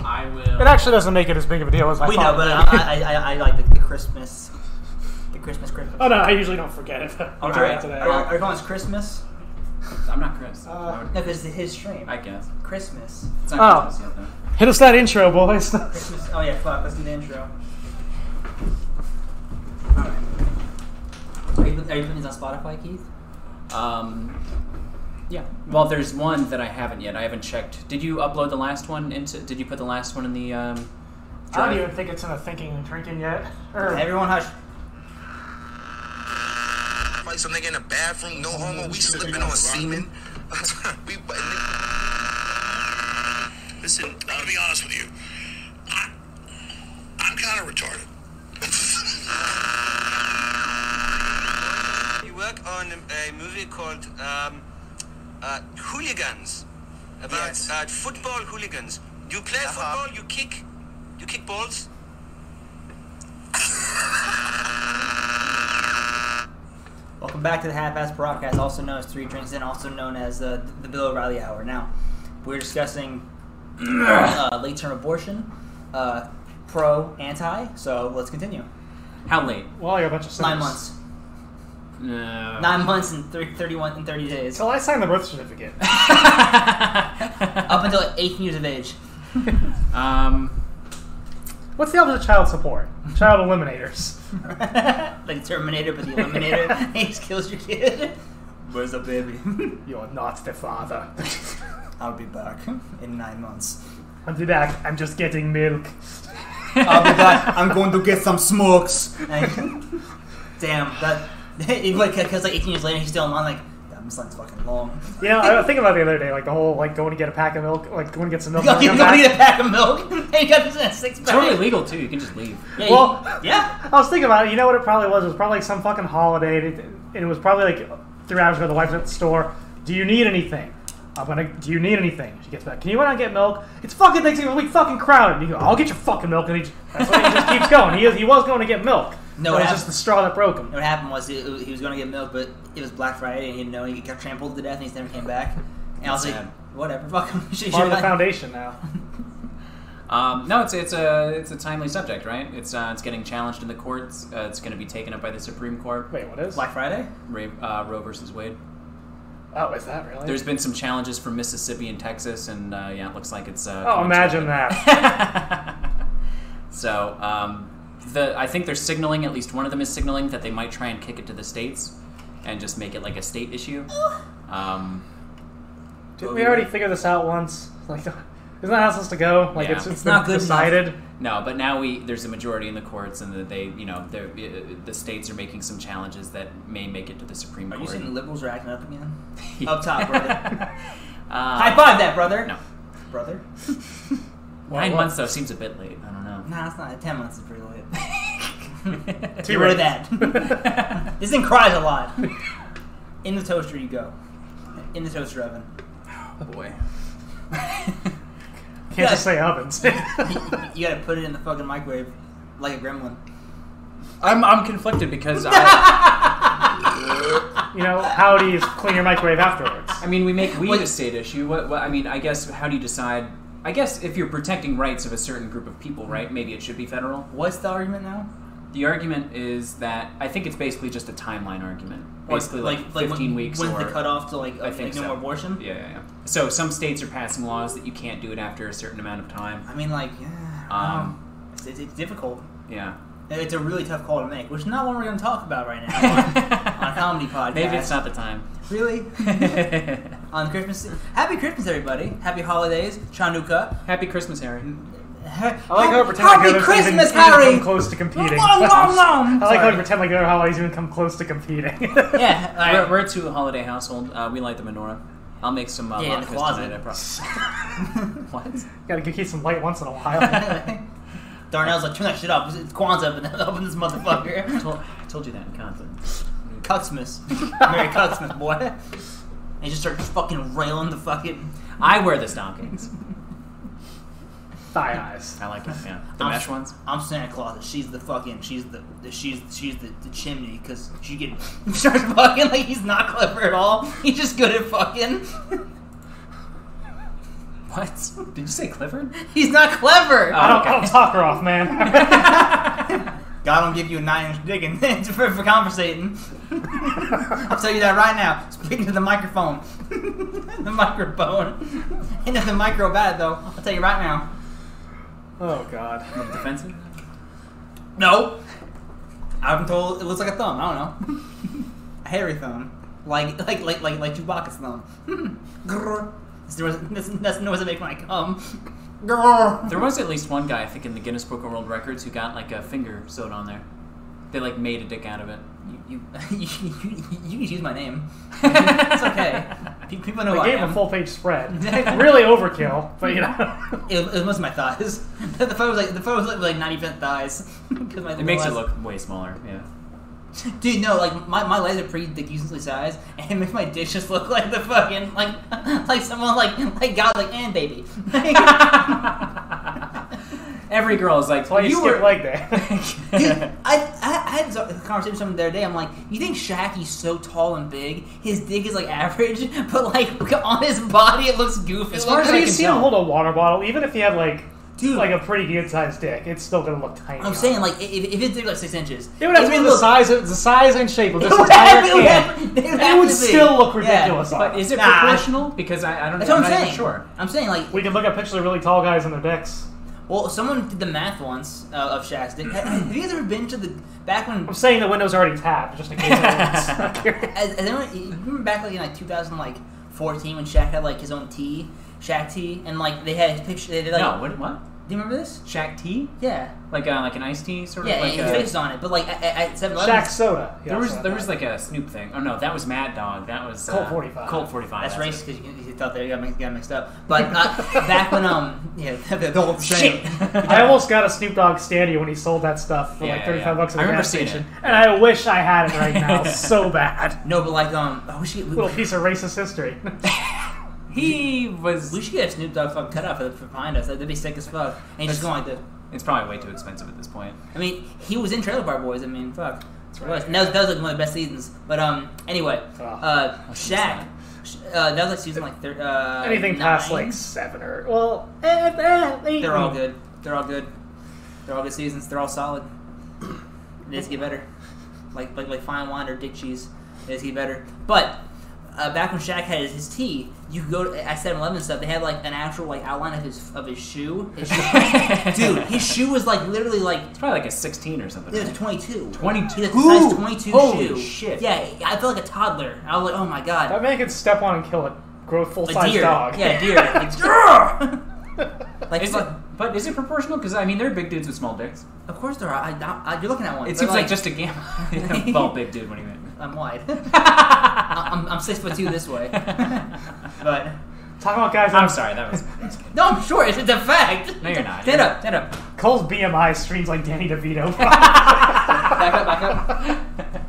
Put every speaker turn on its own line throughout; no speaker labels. I will.
It actually doesn't make it as big of a deal as I
we know,
thought.
but
it
I,
would.
I, I, I like the, the Christmas, the Christmas Christmas.
Oh no, I usually don't forget it. but
All
I'm doing
right,
it today.
are, are you calling this Christmas?
I'm not Chris.
Uh,
No, because it's his stream.
I guess
Christmas.
it's not
Oh.
Christmas yet though.
Hit us that intro, boys.
Christmas. Oh yeah, fuck. Listen to the intro. All right. Are you, are you putting this on Spotify, Keith?
Um, yeah. Well, there's one that I haven't yet. I haven't checked. Did you upload the last one into? Did you put the last one in the? Um,
I don't
drive?
even think it's in a thinking and drinking yet. Or-
Everyone hush.
Like something in the bathroom, no homo. We slipping on semen. we, Listen, I'm gonna be honest with you. I, I'm kind of retarded.
We work on a movie called um, uh, Hooligans, about
Yes.
uh, football hooligans. You play
Uh-huh.
football, you kick, you kick balls.
Welcome back to the Half-Ass Broadcast, also known as Three Drinks In, also known as uh, the Bill O'Reilly Hour. Now, we're discussing uh, late-term abortion, uh, pro, anti. So let's continue.
How late?
well, I got a bunch of sinners.
Nine months.
No.
Nine months and three, 31 and 30 days.
Till I signed the birth certificate.
Up until eight years of age.
um,
What's the opposite of child support?
Child eliminators.
like Terminator, but the Eliminator, he just kills your kid. Where's the baby?
You're not the father.
I'll be back in nine months.
I'll be back. I'm just getting milk.
I'll be back. I'm going to get some smokes. Like, damn, that. like, because like 18 years later, he's still on. Like, damn, this line's fucking long.
You know, I was thinking about it the other day, like the whole like going to get a pack of milk, like going to get some milk.
Go,
and
you
come
go
back.
need a pack of milk. and you got this in a six pack.
totally legal too. You can just leave.
Yeah, you-
Well-
yeah.
I was thinking about it. You know what it probably was? It was probably like some fucking holiday, and it, and it was probably like three hours ago. The wife's at the store. Do you need anything? I'm gonna. Do you need anything? She gets back. Can you run out and get milk? It's fucking Thanksgiving week. Fucking crowded. You go. I'll get your fucking milk. And he just, that's what he just keeps going. He is. He was going to get milk.
No,
but
it
it's
happened-
just the straw that broke him.
What happened was he, he was going to get milk, but it was Black Friday, and he didn't know. He got trampled to death, and he never came back. And I was like,
Sad.
whatever, fuck him. She
Part
should've
of the
gone-
foundation now.
Um, no, it's it's a it's a timely subject, right? It's uh, it's getting challenged in the courts. Uh, it's going to be taken up by the Supreme Court.
Wait, what is?
Black Friday?
Ray, uh, Roe versus Wade.
Oh, is that really?
There's been some challenges from Mississippi and Texas, and uh, yeah, it looks like it's. Uh,
oh,
coming to
imagine
a-
that.
so um, the I think they're signaling at least one of them is signaling that they might try and kick it to the states and just make it like a state issue. Um,
Didn't we already figure this out once? Like, isn't that how it's supposed to go? Like,
Yeah.
it's,
It's
been
not good enough.
decided.
no, but now we there's a majority in the courts, and that they you know they're, uh, the states are making some challenges that may make it to the Supreme
Are you
Court.
saying the liberals are acting up again? Up top, brother.
Uh,
High five that, brother.
No.
Brother?
Nine
Well,
months though seems a bit late. I don't know.
Nah, it's not. Ten months is pretty late.
Two
Get rid of
rings.
that. this thing cries a lot. In the toaster you go. In the toaster oven.
Oh boy.
Can't just say ovens.
You gotta put it in the fucking microwave like a gremlin.
I'm I'm conflicted because I,
you know, how do you clean your microwave afterwards?
I mean we make weed
What-
a state issue. What, what I mean I guess how do you decide? I guess if you're protecting rights of a certain group of people,
Mm-hmm.
right? Maybe it should be federal.
What's the argument now?
The argument is that I think it's basically just a timeline argument. Basically, like, 15
when-
weeks
When's
or
the cutoff to like,
I
uh,
think
like no
so.
more abortion?
Yeah, yeah, yeah. So some states are passing laws that you can't do it after a certain amount of time.
I mean, like, yeah, I
Um,
don't know. it's, it's, it's difficult.
Yeah.
It's a really tough call to make, which is not one we're gonna talk about right now on a comedy podcast.
Maybe it's not the time.
really on Christmas. Happy Christmas, everybody! Happy holidays, Chanukah.
Happy Christmas, Harry.
Mm-hmm.
I like how it pretend like the
Happy
others even,
Christmas,
even come
Harry.
close to competing.
Wrong,
I
wrong, wrong.
like how
Sorry.
it pretend like the other holidays even come close to competing.
Yeah, all right.
We're, we're a two holiday household. Uh, we light the menorah. I'll make some uh,
Yeah, in the
latkes
closet.
tonight. I promise. what?
Gotta give Keith some light once in a while.
Darnell's like, turn that shit up. It's Kwanzaa, but open this
I
motherfucker.
told, I told you that in confidence.
Cuxmas. Merry Cuxmas, boy. And you just start fucking railing the fucking.
I wear the stockings.
Thigh eyes.
I like it. Yeah, the
I'm-
mesh ones.
I'm Santa Claus. and She's the fucking. She's the. the- She's she's the, the chimney because she can starts fucking like he's not clever at all. He's just good at fucking.
What? Did you say Clifford?
He's not clever.
Oh,
I don't,
okay.
I don't talk her off, man.
God don't give you a nine inch dick and for, for conversating. I'll tell you that right now. Speaking to the microphone, the microphone, and if the micro bad though, I'll tell you right now.
oh God.
Defensive?
No, I'm told it looks like a thumb. I don't know, a hairy thumb, like like like like like Chewbacca's thumb. Grrr. That's the noise- That's that's the noise I make when I come. Grrr.
There was at least one guy, I think, in the Guinness Book of World Records who got like a finger sewed on there. They like made a dick out of it.
You, you, you, you can use my name. it's okay. Pe- People know
They
who I
gave
am.
a full page spread. really overkill, but you know.
It, it was my thighs. the photo was like the photo was like, like ninety percent thighs. 'Cause my
It makes it
little
look way smaller. Yeah.
ass- Dude, no, like my, my legs are pretty decently sized, and it makes my dick just look like the fucking like like someone like like God like and baby.
Every girl is like,
Why you,
you
skip
were
leg day?
Dude, I, I, I had a conversation with someone the other day. I'm like, you think Shaq, he's so tall and big, his dick is like average, but like on his body it looks goofy.
As
looking.
far as
Have
I
you
can
seen
tell.
him hold a water bottle? Even if he had like,
Dude.
like a pretty good sized dick, it's still gonna look tiny.
I'm saying like if, if his dick was, like six inches,
it would have to
would
be the
look-
size, of, the size and shape of
It
this
would have-
entire
it would
can.
have- it would
It
have
would
to be.
still look
Yeah.
ridiculous. on
But
it.
is it
Nah.
proportional? Because I, I don't.
That's what I'm
I'm not even
saying.
Sure.
I'm saying like
we can look at pictures of really tall guys and their dicks.
Well, someone did the math once uh, of Shaq's dick. Have- Have you guys ever been to the back when?
I'm saying the window's already tabbed, just in case. anyone's curious.
As, as anyone, you remember back like in like 2014 when Shaq had like his own tea, Shaq tea, and like they had his picture. They did, like,
no. What? What?
do you remember this?
Shaq tea?
Yeah,
Like uh, like an iced tea sort of.
yeah,
like uh,
and his
a-
face is on it. But like at, at- at 7
Shaq soda. He
There
also
was
had
there
that.
was like a Snoop thing. Oh no, that was Mad Dog. That was uh,
Colt 45.
Colt forty five.
That's racist because you, you thought they got, mixed- got mixed up. But uh, back when um yeah the whole
Shit.
thing.
I almost got a Snoop Dogg standee when he sold that stuff for
Yeah,
like
yeah,
35
yeah.
bucks at
I
the
remember
gas
seeing
station,
it.
and I wish I had it right now so bad.
No, but like um I wish we,
Little
we,
piece of racist history.
He was.
we should get a Snoop Dogg fucking cut off for, for behind us. That'd be sick as fuck. And he's just going like this.
It's probably way too expensive at this point.
I mean, he was in Trailer Park Boys. I mean, fuck. It was. And that was, that was like one of the best seasons. But um, anyway, uh, Shaq. sh- Uh, that was like season like thir- uh,
Anything past
nine.
like seven or well, eh, eh, eight.
They're all good. They're all good. They're all good seasons. They're all solid. They just get better. Like like like fine wine or dick cheese. They just get better. But uh, back when Shaq had his, his tea, you could go to, at 7-Eleven and stuff. They had like an actual like outline of his of his shoe. His shoe. Dude, his shoe was like literally like
It's probably like a sixteen or something.
It was
right?
22.
22?
It was a size 22
Holy
shoe.
shit.
Yeah, I felt like a toddler. I was like, oh my god.
That man could step on and kill a grow full
A
size
deer.
dog.
Yeah, a deer. Like, grrr! like
Is it,
fuck.
but is it proportional? Because I mean, there are big dudes with small dicks.
of course there are. I, I, I- you're looking at one.
It
They're
seems like just a gamma. Yeah, Bald big dude. What do you mean?
I'm wide. I- I'm, I'm six foot two this way. but
Talking about guys.
I'm sorry. That was.
no, I'm short. It's, it's a fact.
No, you're not.
Stand up. Stand up.
Cole's BMI streams like Danny DeVito.
Back up. Back up.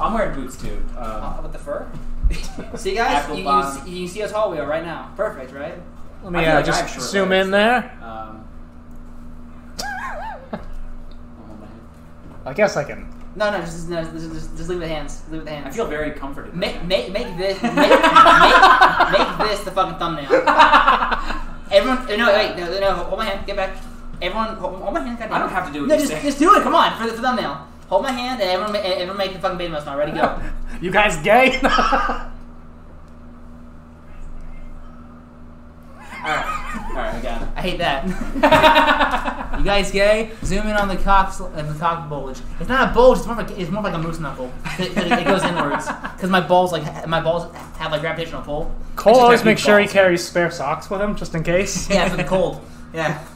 I'm wearing boots too. Um,
with the fur. See guys,
Apple
you, you,
bottom.
see, you see how tall we are right now. Perfect, right?
Let
me, uh, like just I have short zoom legs. in
there.
um,
I guess I can.
No, no, just, no, just, just, just leave the hands. Leave the hands.
I feel very comforted.
Make, make, make this make, make, make this the fucking thumbnail. Everyone, no, wait, no, no, hold my hand, get back. Everyone, hold, hold my hand. goddamn.
I don't have to do what
No,
you
just,
say.
just do it. Come on, for the thumbnail. Hold my hand, and everyone, ma- and everyone make the fucking baby mouse now. Ready, go.
You guys gay?
All right, we got it.
I hate that. you guys gay? Zoom in on the cock, sl- uh, the cock bulge. It's not a bulge. It's more like it's more like a moose knuckle. It, it, it goes inwards because my balls like ha- my balls have like gravitational pull.
Cole always
have
makes
big
sure he
balls.
carries spare socks with him just in case.
Yeah, for the cold. Yeah.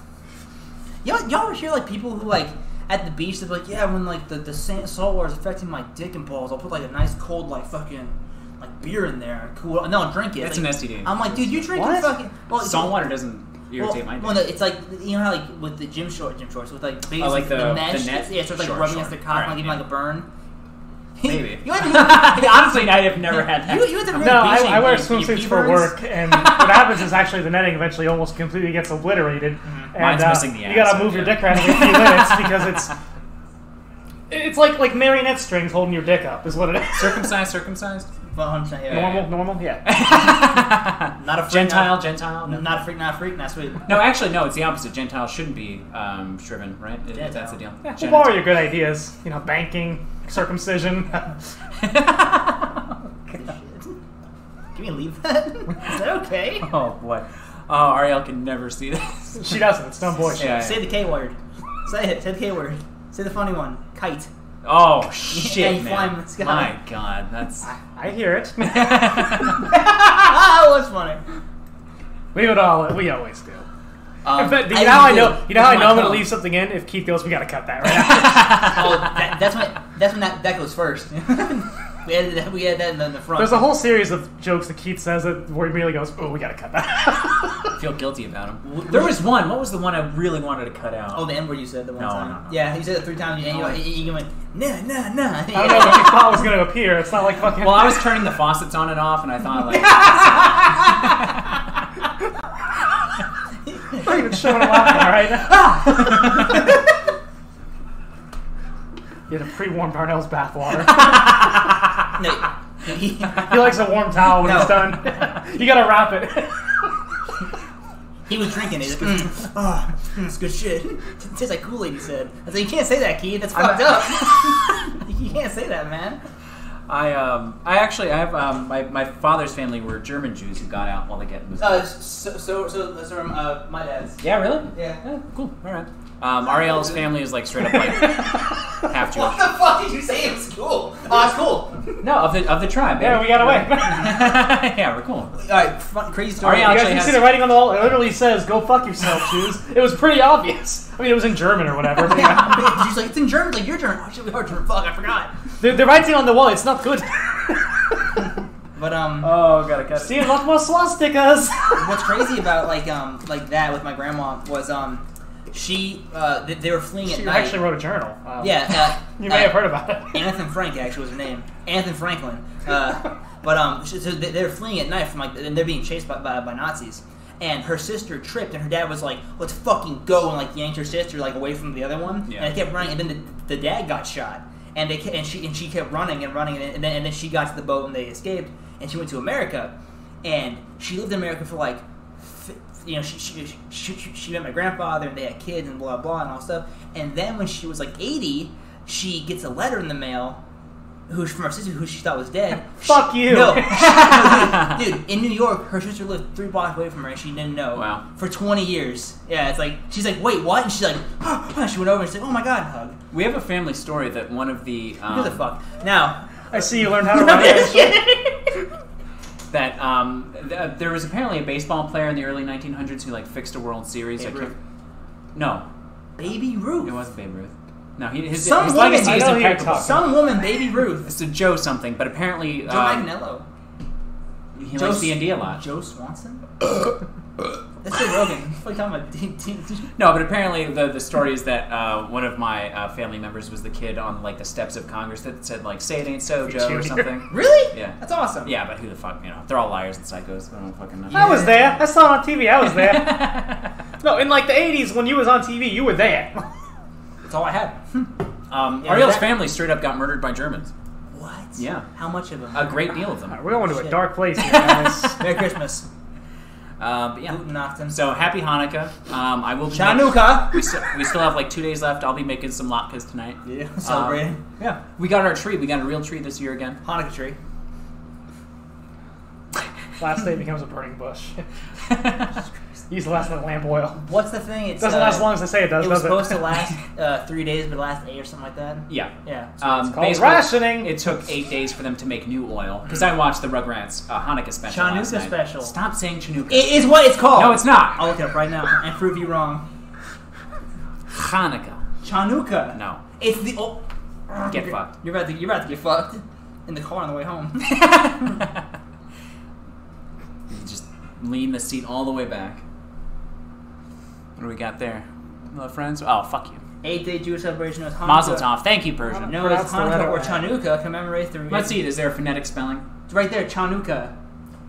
Y'all, y'all ever hear like people who like at the beach they're like, yeah, when like the the sand, salt water is affecting my dick and balls, I'll put like a nice cold like fucking like beer in there, and cool, and then I'll drink it.
That's
Like,
an STD.
I'm like, dude, you drinking
What?
fucking well, it's-
Salt water doesn't
Well,
irritate my dick.
well, no, it's like you know how like with the gym short gym shorts with like big
Oh, like
with
the- the
mesh,
net?
it's- yeah, so it's like
Sure,
rubbing
sure.
against the cock,
Right,
like giving
yeah.
like a burn.
Maybe.
you had
Honestly, I have never had that.
you, you had to really
No, I,
beaching,
I wear
like,
swimsuits
pee
for
burns.
work, and what happens is actually the netting eventually almost completely gets obliterated. And,
Mm, Mine's
uh,
missing the
You gotta
ass,
move your
yeah.
dick around every few minutes because it's it's like like marionette strings holding your dick up is what it is.
Circumcised, circumcised.
Von Hunt's not here.
Normal, normal, yeah.
Not a freak.
Gentile,
not,
Gentile. No.
Not a freak, not a freak. Not sweet.
No, actually, no. It's the opposite. Gentile shouldn't be um, shriven, right? If- if That's the deal.
yeah we'll
Gen-
borrow your good ideas. You know, banking, circumcision.
Can we leave that? Is that okay?
oh boy. Oh, Ariel can never see this.
she doesn't. It's dumb boy. shit.
Yeah.
Say the K word. Say it. Say the K word. Say the funny one. Kite.
Oh
Yeah,
shit,
you fly in
man!
the sky.
My God, that's.
I hear it.
that was funny.
we would all. We always do.
Um,
In fact, you
I
know how I
do.
know. You know how I
It's
know I'm
my
gonna
call.
leave something in if Keith goes. We gotta cut that right. Now.
Oh, that, that's when that's when that, that goes first. we had that, we had that in the, in the front.
There's a whole series of jokes that Keith says that where he really goes, "Oh, we gotta cut that."
feel guilty about him. There was one. What was the one I really wanted to cut out?
oh the N word you said the one
No,
time.
no, no.
Yeah, you said it three times. And you,
No.
you, you went nah nah nah.
I don't know what you thought was gonna appear. It's not like fucking.
Well, I was turning the faucets on and off, and I thought like,
I'm not even showing him off. All right. you had to pre-warm Darnell's bathwater.
no, he,
He likes a warm towel when he's
No.
done. you gotta wrap it.
he was drinking it. Mm, oh, mm, it's good shit. It tastes like Kool Aid. He said. I said you can't say that, Keith. That's fucked up. you can't say that, man.
I um, I actually I have um, my, my father's family were German Jews who got out while they get.
Uh, so so so, so uh, my dad's.
yeah, really?
Yeah.
cool. All right. Um, Ariel's family is like straight up like half Jewish.
What the fuck did you say? It was cool. Oh, it's cool.
No, of the of the tribe.
Yeah, we got away.
yeah, we're cool.
All right, fun, crazy story.
Ariel-
You guys
Actually
can see
has-
the writing on the wall. It literally says, "Go fuck yourself, Jews." It was pretty obvious. I mean, it was in German or whatever. but yeah.
Yeah, she's like, it's in German. It's like, you're German. Oh, shit, we are German. Fuck, I forgot.
the, the writing on the wall, it's not good.
But um,
Oh, gotta cut
See a lot more swastikas.
what's crazy about like um like that with my grandma was um she uh they, they were fleeing at
She
night.
actually wrote a journal. Um,
yeah, uh,
You may have
uh,
heard about it.
Anthony Frank actually was her name. Anthony Franklin. Uh, but um, she- so they- they're fleeing at night from like, and they're being chased by, by, by Nazis. And her sister tripped, and her dad was like, "Let's fucking go!" and like yanked her sister like away from the other one.
Yeah.
And they kept running, and then the, the dad got shot. And they ke- and she and she kept running and running, and then, and then and then she got to the boat and they escaped. And she went to America, and she lived in America for like f- you know, she, she, she, she, she met my grandfather and they had kids and blah, blah, and all stuff. And then when she was like 80, she gets a letter in the mail who's from her sister who she thought was dead.
Fuck you.
No. no, dude, dude, in New York, her sister lived three blocks away from her and she didn't know.
Wow.
For 20 years. Yeah, it's like, she's like, wait, what? And she's like, oh, and she went over and said, oh my god, hug.
We have a family story that one of the um,
Who the fuck? Now,
I see you learned how to write.
that um, th- there was apparently a baseball player in the early 1900s who like fixed a World Series. I
Babe
can't-
Ruth.
No,
Baby
it
Ruth.
wasn't Babe Ruth. No, he, his,
Some
his
woman-
legacy
I
is
know who you're
impeccable.
talking-
Some woman, Baby Ruth.
It's a Joe something, but apparently
Joe
uh,
Magnello.
he
Joe
likes D and D a lot.
Joe Swanson? That's Joe Rogan. What are you talking about?
No, but apparently the, the story is that uh, one of my uh, family members was the kid on like the steps of Congress that said like "Say it ain't so, Joe"
Junior.
or something.
Really?
Yeah.
That's awesome.
Yeah, but who the fuck you know? They're all liars and psychos. I don't fucking know.
I was there. I saw it on TV. I was there. No, in like the '80s when you was on TV, you were there.
That's all I had.
Um,
Hmm. Yeah,
Ariel's
that-
family straight up got murdered by Germans.
What?
Yeah. Uh,
How much of them?
A great deal of
All right,
them.
we're going to a
Shit.
dark place here, guys.
Merry Christmas.
Uh, but yeah.
Guten Nachten.
So happy Hanukkah. Um, I will. be making-
Chanukah.
We still, we still have like two days left. I'll be making some latkes tonight.
Yeah. Celebrating.
Yeah. We got our tree. We got a real tree this year again.
Hanukkah tree.
last day becomes a burning bush. Use the last of the lamp oil.
What's the thing? It's,
Doesn't
uh,
last as long as I say it does.
It
does
was supposed
it?
to last uh, three days, but last eight or something like that.
yeah.
Yeah.
Um,
called
basically,
rationing.
It took eight days for them to make new oil because I watched the Rugrats uh, Hanukkah special. last
Chanukah
night.
special.
Stop saying Chanukah.
it Oh. is what it's called.
no, it's not.
I'll look it up right now and prove you wrong.
Hanukkah.
Chanukah.
No.
It's the oh.
Get
you're,
fucked.
You're about to. You're about to get fucked in the car on the way home.
Just lean the seat all the way back. What do we got there? Hello, friends. Oh, fuck you.
Eight day Jewish celebration was Hanukkah.
Mazel tov. Thank you, Persian.
No, it's
Pronounce the letter
Hanukkah or
Y.
Chanukah commemorates the.
Let's see. Is there a phonetic spelling?
It's right there, Chanukah.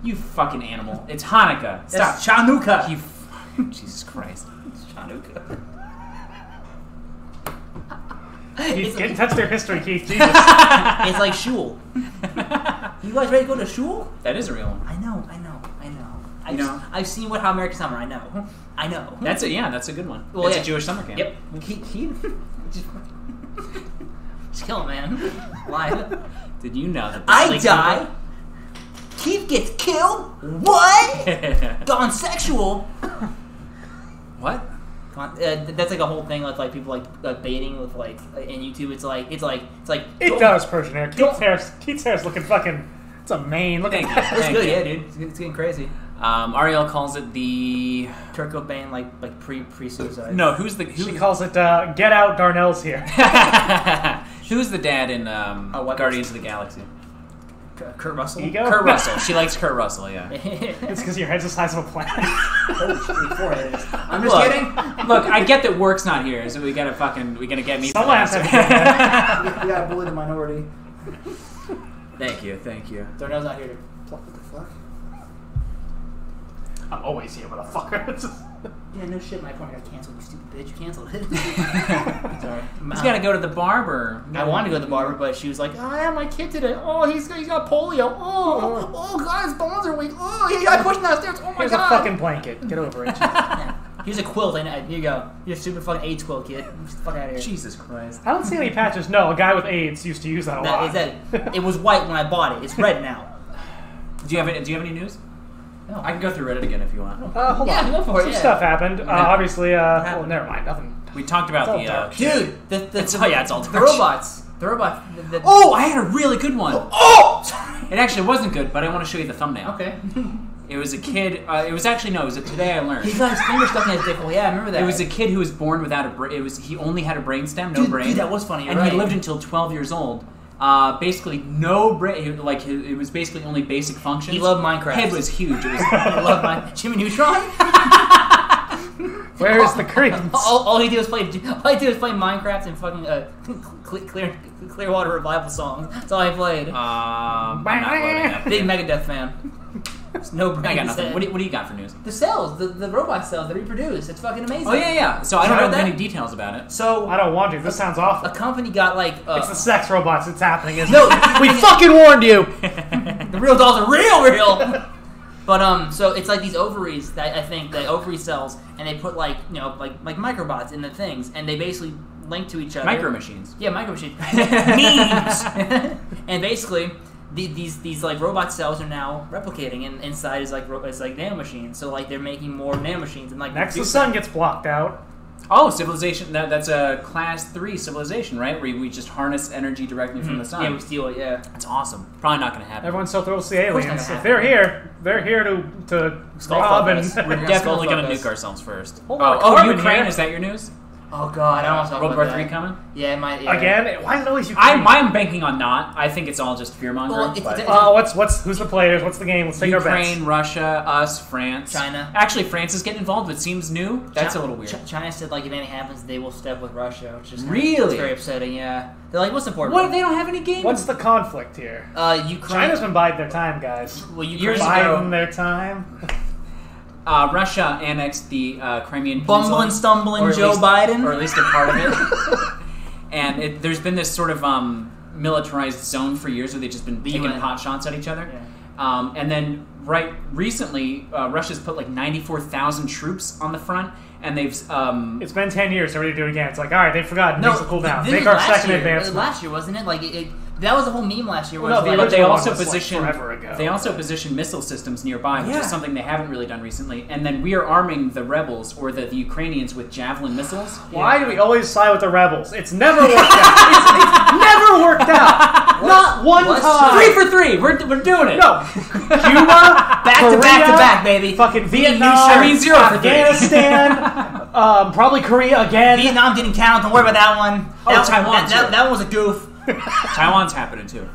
You fucking animal. It's Hanukkah. Stop.
That's Chanukah.
you f- Jesus Christ.
Chanukah.
Keith,
It's
get
like-
in touch with your history, Keith. Jesus.
It's like Shul. You guys ready to go to Shul?
that is a real one.
I know, I know, I know. I
You
just-
know.
I've seen What How American Summer. I know, I know.
That's a yeah. That's a good one.
Well,
it's
yeah.
a Jewish summer camp.
Yep. He, he just, just kill him, man. Why?
Did you know that? the
I
Lake
die. Keith gets killed. What?
People-
Gone sexual.
what?
Gone, uh, th- that's like a whole thing with like people like uh, baiting with like uh, in YouTube. It's like it's like it's like
it
don't-
does, Persian hair. Keith's
Don't-
hair's, Keith's hair's looking fucking. It's a mane. Look at
Thank you.
that.
It's
Thank
good,
you.
yeah, dude. It's, it's getting crazy.
Um, Ariel calls it the
Turco Bane like like pre pre suicide.
no. Who's the who?
She calls it uh, "Get Out." Darnell's here.
who's the dad in um,
Oh, what- Oh.
Guardians of the Galaxy?
K- Kurt Russell.
Ego?
Kurt Russell. She likes Kurt Russell. Yeah.
It's because your head's the size of a planet.
I'm
just
look,
kidding.
Look, I get that work's not here, so we gotta fucking we gotta get me. for
Someone
that.
has to
we gotta bully the minority.
thank you, thank you.
Darnell's not here.
What the fuck?
I'm always here, motherfucker. It's just-
Yeah, no shit. My point got canceled. You stupid bitch. You canceled it. Sorry.
He's gotta go to the barber.
I wanted to go to the barber, but she was like, "Oh, I had my kid today. Oh, he's he's got polio. Oh, oh, oh God, his bones are weak. Oh, he got pushed downstairs. Oh my
Here's a
God."
fucking blanket. Get over it. I
Here's a quilt. I know. Here you go. You're a stupid fucking AIDS quilt, kid. Get the fuck out of here.
Jesus Christ.
don't see any patches. No, a guy with AIDS used to use that a
That
lot.
is that. It was white when I bought it. It's red now.
Do you have any, Do you have any news?
No.
I can go through Reddit again if you want.
Uh, hold
yeah,
on.
go for it.
Some
yeah.
stuff happened. Uh, obviously, uh, well,
happened?
never mind. Nothing.
We talked about
all
the uh,
dark.
Dude, the, the,
It's- oh, yeah, it's all
the
dark.
robots. The robot. The, the,
Oh, I had a really good one.
oh!
It actually wasn't good, but I want to show you the thumbnail.
Okay.
It was a kid. Uh, it was actually no. It was a today I learned.
He got his finger stuck in his dick hole. Yeah, I remember that.
It was a kid who was born without a brain. It was he only had a brainstem, no
Dude,
brain.
dude, that was funny, you're
And
right.
he lived until 12 years old. Uh, basically, no brain. Like he- it was basically only basic functions.
He loved Minecraft.
Head was huge. It was,
I love my Jimmy Neutron.
Where's the credence?
All, all he did was play. All he did was play Minecraft and fucking uh, clear, clear Clearwater Revival songs. That's all I played.
um, I'm not loading up.
Big Megadeth fan. It's no brain.
I got nothing. What do, you, what do you got for news?
the cells, the, the robot cells, they reproduce. It's fucking amazing.
Oh yeah, yeah. So I
You
don't know
heard that?
many details about it.
So
I don't want to. This sounds awful.
a company got like uh,
It's the sex robots. It's happening. Isn't
no.
it?
we
fucking warned you.
the real dolls are real, real. But um, so it's like these ovaries that I think the ovary cells, and they put like you know like like microbots in the things, and they basically link to each other.
Micro machines.
Yeah, micro machine memes. and basically, the, these these like robot cells are now replicating, and inside is like ro- is like nanomachines. So like they're making more nanomachines, and like
Next, the
reduce-
sun gets blocked out.
Oh, civilization. That, that's a class three civilization, right? Where we just harness energy directly from the sun.
Yeah, we steal Mm-hmm. it. Yeah,
That's awesome. Probably not going to happen.
Everyone's so thrilled to see
course not
aliens.
gonna
If they're
happen.
here, they're here to to
Skull
rob
fuck
and
us.
We're
Yeah,
definitely
skull
going to
fuck
nuke
us.
ourselves first.
Hold on,
oh, oh,
Corbin
Ukraine.
here.
Is that your news?
Oh god, I almost
World War Three coming?
Yeah, it might. Yeah.
again. Why is it always Ukraine?
I'm, I'm banking on not. I think it's all just fear
Well,
mongering.
it's-
but
it's-
Uh, what's what's who's the players? What's the game? Let's take our bets.
Ukraine, Russia, us, France,
China.
Actually, France is getting involved, but seems new. That's a
Chi-
little weird.
Chi- China said like if anything happens, they will step with Russia, which is kinda-
Really?
it's very upsetting. Yeah, they're like, what's important?
What? They don't have any games.
What's the conflict here?
uh, Ukraine.
China's been biding their time, guys.
well, Ukraine.
Years ago-
Biding their time.
uh, Russia annexed the uh, Crimean
Bumbling,
Peninsula,
stumbling
or at
Joe
least-
Biden.
or at least a part of it. and it, there's been this sort of um, militarized zone for years where they've just been taking
UN.
pot shots at each other.
Yeah.
Um, and then right recently, uh, Russia's put like 94,000 troops on the front, and they've um,
It's been ten years. They're ready to do it again. It's like all right, they've forgotten. Things will cool down.
this
Make
was
our
last
second
year.
advancement.
Last year, wasn't it? Like it, it, that was the whole meme last year.
Well,
was
no,
like,
the
but they
original
also
one was, like,
position
forever ago.
they also position missile systems nearby, which
Yeah.
is something they haven't really done recently. And then we are arming the rebels or the, the Ukrainians with javelin missiles.
Why do we always side with the rebels? It's never worked out. It's, it's never worked out. Not one
Let's-
time.
Three for three. We're, we're doing it.
No. Cuba,
back to back to
Korea,
back, baby.
Fucking Vietnam.
I mean zero for three.
Afghanistan. um, probably Korea again.
Vietnam didn't count. Don't worry about that one.
Oh,
that,
Taiwan,
That, that,
too.
that one was a goof.
Taiwan's happening too.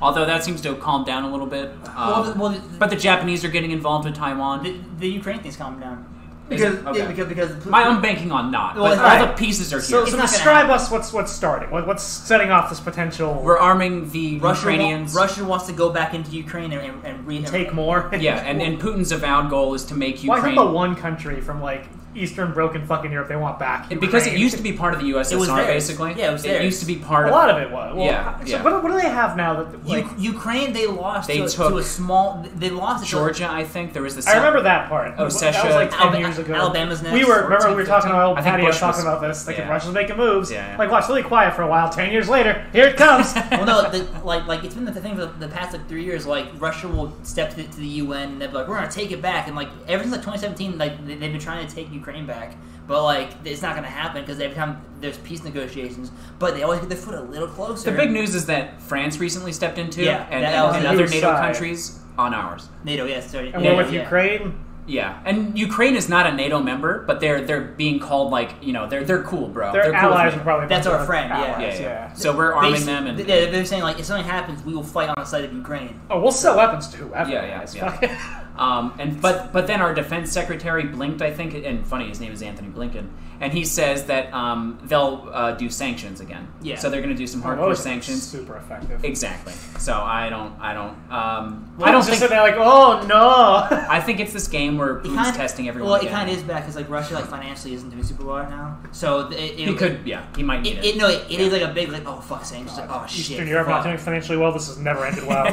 Although that seems to have calmed down a little bit. Um,
Well, the- well, the-
but the Japanese are getting involved with Taiwan.
The, the Ukraine thing's calming down.
Is it?
Because,
Okay.
yeah, because because
My own banking on not.
Well,
but all
alright.
the pieces are
So,
here.
so
not gonna
describe
happen.
us what's what's starting. What, what's setting off this potential?
we're arming the
Russia, wa-
Ukrainians.
Russia wants to go back into Ukraine and, and, and re-
take more.
Yeah, and, and Putin's avowed goal is to make
Why
Ukraine.
come the one country from like Eastern broken fucking Europe. They want back
It- because it
Ukraine.
used to be part of the USSR,
was theirs.
basically.
Yeah, it was
It
theirs.
used to be part
a
of
lot of it was. Well,
Yeah,
so
yeah.
What, what do they have now? That like,
U- Ukraine, they lost
They
to, a-
took
to a small. They lost it to-
Georgia. I think there was the.
I remember that part.
Oh,
that
Sesha-
was like ten
Alba-
years ago.
Alabama's next.
We were remember we were
14,
talking about
I think
Patty was
Bush
talking
was-
about this. Like
yeah.
Russia's making moves.
Yeah, yeah.
Like watch really quiet for a while. Ten years later, here it comes.
well, no, the, like like it's been the thing for the past like three years. Like Russia will step to, to the UN and they'll be like, "We're gonna take it back." And like ever since like 2017, like they, they've been trying to take Ukraine back, but like it's not gonna happen because every time there's peace negotiations, but they always get their foot a little closer.
The big news is that France recently stepped into
Yeah,
and,
that
and,
was
and
the
other
huge
NATO
side.
countries on ours.
NATO, yes, sorry,
and
yeah,
we're with
yeah.
Ukraine.
Yeah, and Ukraine is not a NATO member, but they're they're being called like you know they're they're cool, bro.
Their
Oh, they're cool with
allies
me.
were probably. a
That's
bunch
our
of
friend, yeah.
Yeah,
allies,
yeah. So we're arming
Basi-
them, and
th- they're, they're saying like if something happens, we will fight on the side of Ukraine.
Oh, we'll sell weapons to whoever.
Yeah, yeah,
It's
yeah.
fucking-
Um, and but but then our defense secretary blinked, I think, and funny his name is Anthony Blinken, and he says that um, they'll uh, do sanctions again.
Yeah.
So they're going to do some
Well,
hardcore
those are
sanctions.
Super effective.
Exactly. So I don't I don't um,
Well,
I don't
just
think
sitting there like, oh no.
I think it's this game where Putin's
Kinda-
testing everyone.
Well, it
again.
kind of is bad because like Russia, like financially, isn't doing super well right now. So it, it,
He could, yeah, he might need
It,
it.
it, no, it, it is like a big like oh fuck sanctions. Like, oh shit.
Eastern Europe not
fuck.
doing financially well. This has never ended well.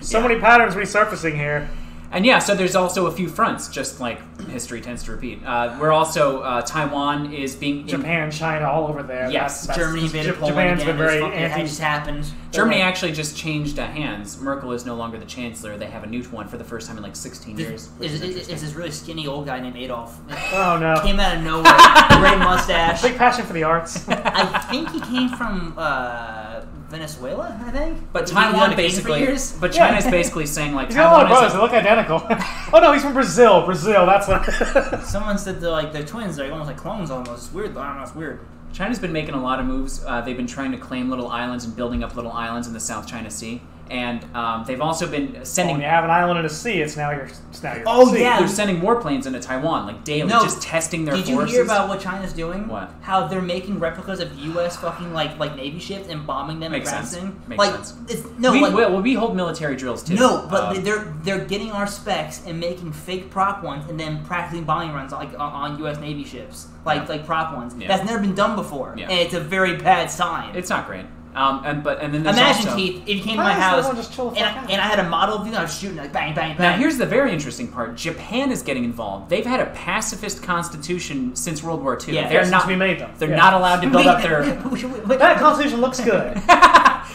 So many patterns resurfacing here.
And yeah, so there's also a few fronts, just like history tends to repeat. Uh, we're also uh, Taiwan is being in-
Japan, China, all over there. That's-
Yes,
that's-
Germany invaded
J-
Poland
Japan's
again.
been very
It's fucking-
anti.
It just happened.
Germany actually just changed uh, hands. Merkel is no longer the chancellor. They have a new one for the first time in like 16 years.
This,
which
is,
is
is,
interesting.
is this really skinny old guy named Adolf?
Oh no.
Came out of nowhere, gray mustache.
Big passion for the arts.
I think he came from uh, Venezuela. I think.
But
He- he had a
Taiwan
king for
basically,
years.
but
Yeah.
China's basically saying like
He's got a lot
Taiwan
of brothers.
is
They
a-
look identical. oh no, he's from Brazil. Brazil. That's what.
Someone said they're like they're twins. They're almost like clones almost. It's weird. I don't know. It's weird.
China's been making a lot of moves. Uh, they've been trying to claim little islands and building up little islands in the South China Sea, and um, they've also been
when
sending
you have an island in a sea, it's now your. It's now your
Oh,
sea.
yeah.
they're sending warplanes into Taiwan like daily,
No.
just testing their
Did you
forces.
hear about what China's doing?
What?
How they're making replicas of U.S. fucking like like navy ships and bombing them
Makes
and
sense.
grassing.
Makes
like
sense.
it's no
we,
like,
well, well, we hold military drills too.
no, but
Uh,
they- they're they're getting our specs and making fake prop ones and then practicing bombing runs like on, on U.S. Navy ships, like
Yeah.
like prop ones.
Yeah.
That's never been done before,
Yeah.
and it's a very bad sign.
it's not great. Um, and but and then there's
Imagine
also,
Keith, if you came to
Why
my
does
house
everyone just chill the
and,
fuck
I,
out?
and I had a model of you, and I was shooting like bang bang bang.
Now here's the very interesting part. Japan is getting involved. They've had a pacifist constitution since World War II.
Yeah.
they're
Since
not
we made them.
they're
Yeah.
not allowed to build up their
their.
That constitution looks good.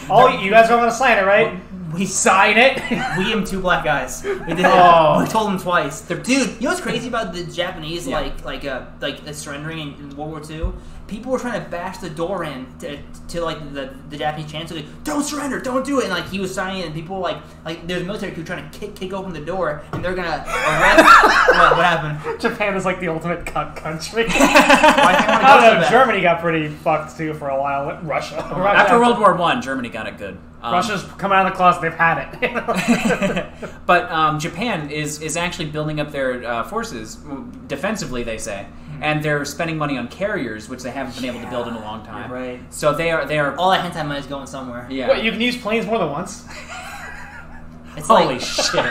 All you guys are going to sign it, right?
we
Sign it.
We him two black guys. We did
Oh.
it. We told him twice. Dude, you know what's crazy about the Japanese
Yeah.
like like uh like uh, surrendering in, in World War II? People were trying to bash the door in to, to like the, the Japanese chancellor. Like, don't surrender, don't do it. And like he was signing, it, and people were like like there's military crew trying to kick kick open the door, and they're gonna arrest. what, what happened?
Japan is like the ultimate cunt country.
Why do you wanna
I
go so
don't know.
bad?
Germany got pretty fucked too for a while. Russia. Russia
after World War One. Germany got it good. Um,
Russia's come out of the closet. They've had it.
but um, Japan is is actually building up their uh, forces mm, defensively. They say,
Hmm.
and they're spending money on carriers, which they haven't been able to build in a long time.
you're right.
So they are they are.
All that hentai money's going somewhere.
yeah.
What, you can use planes more than once.
It's
Holy
like,
shit!
we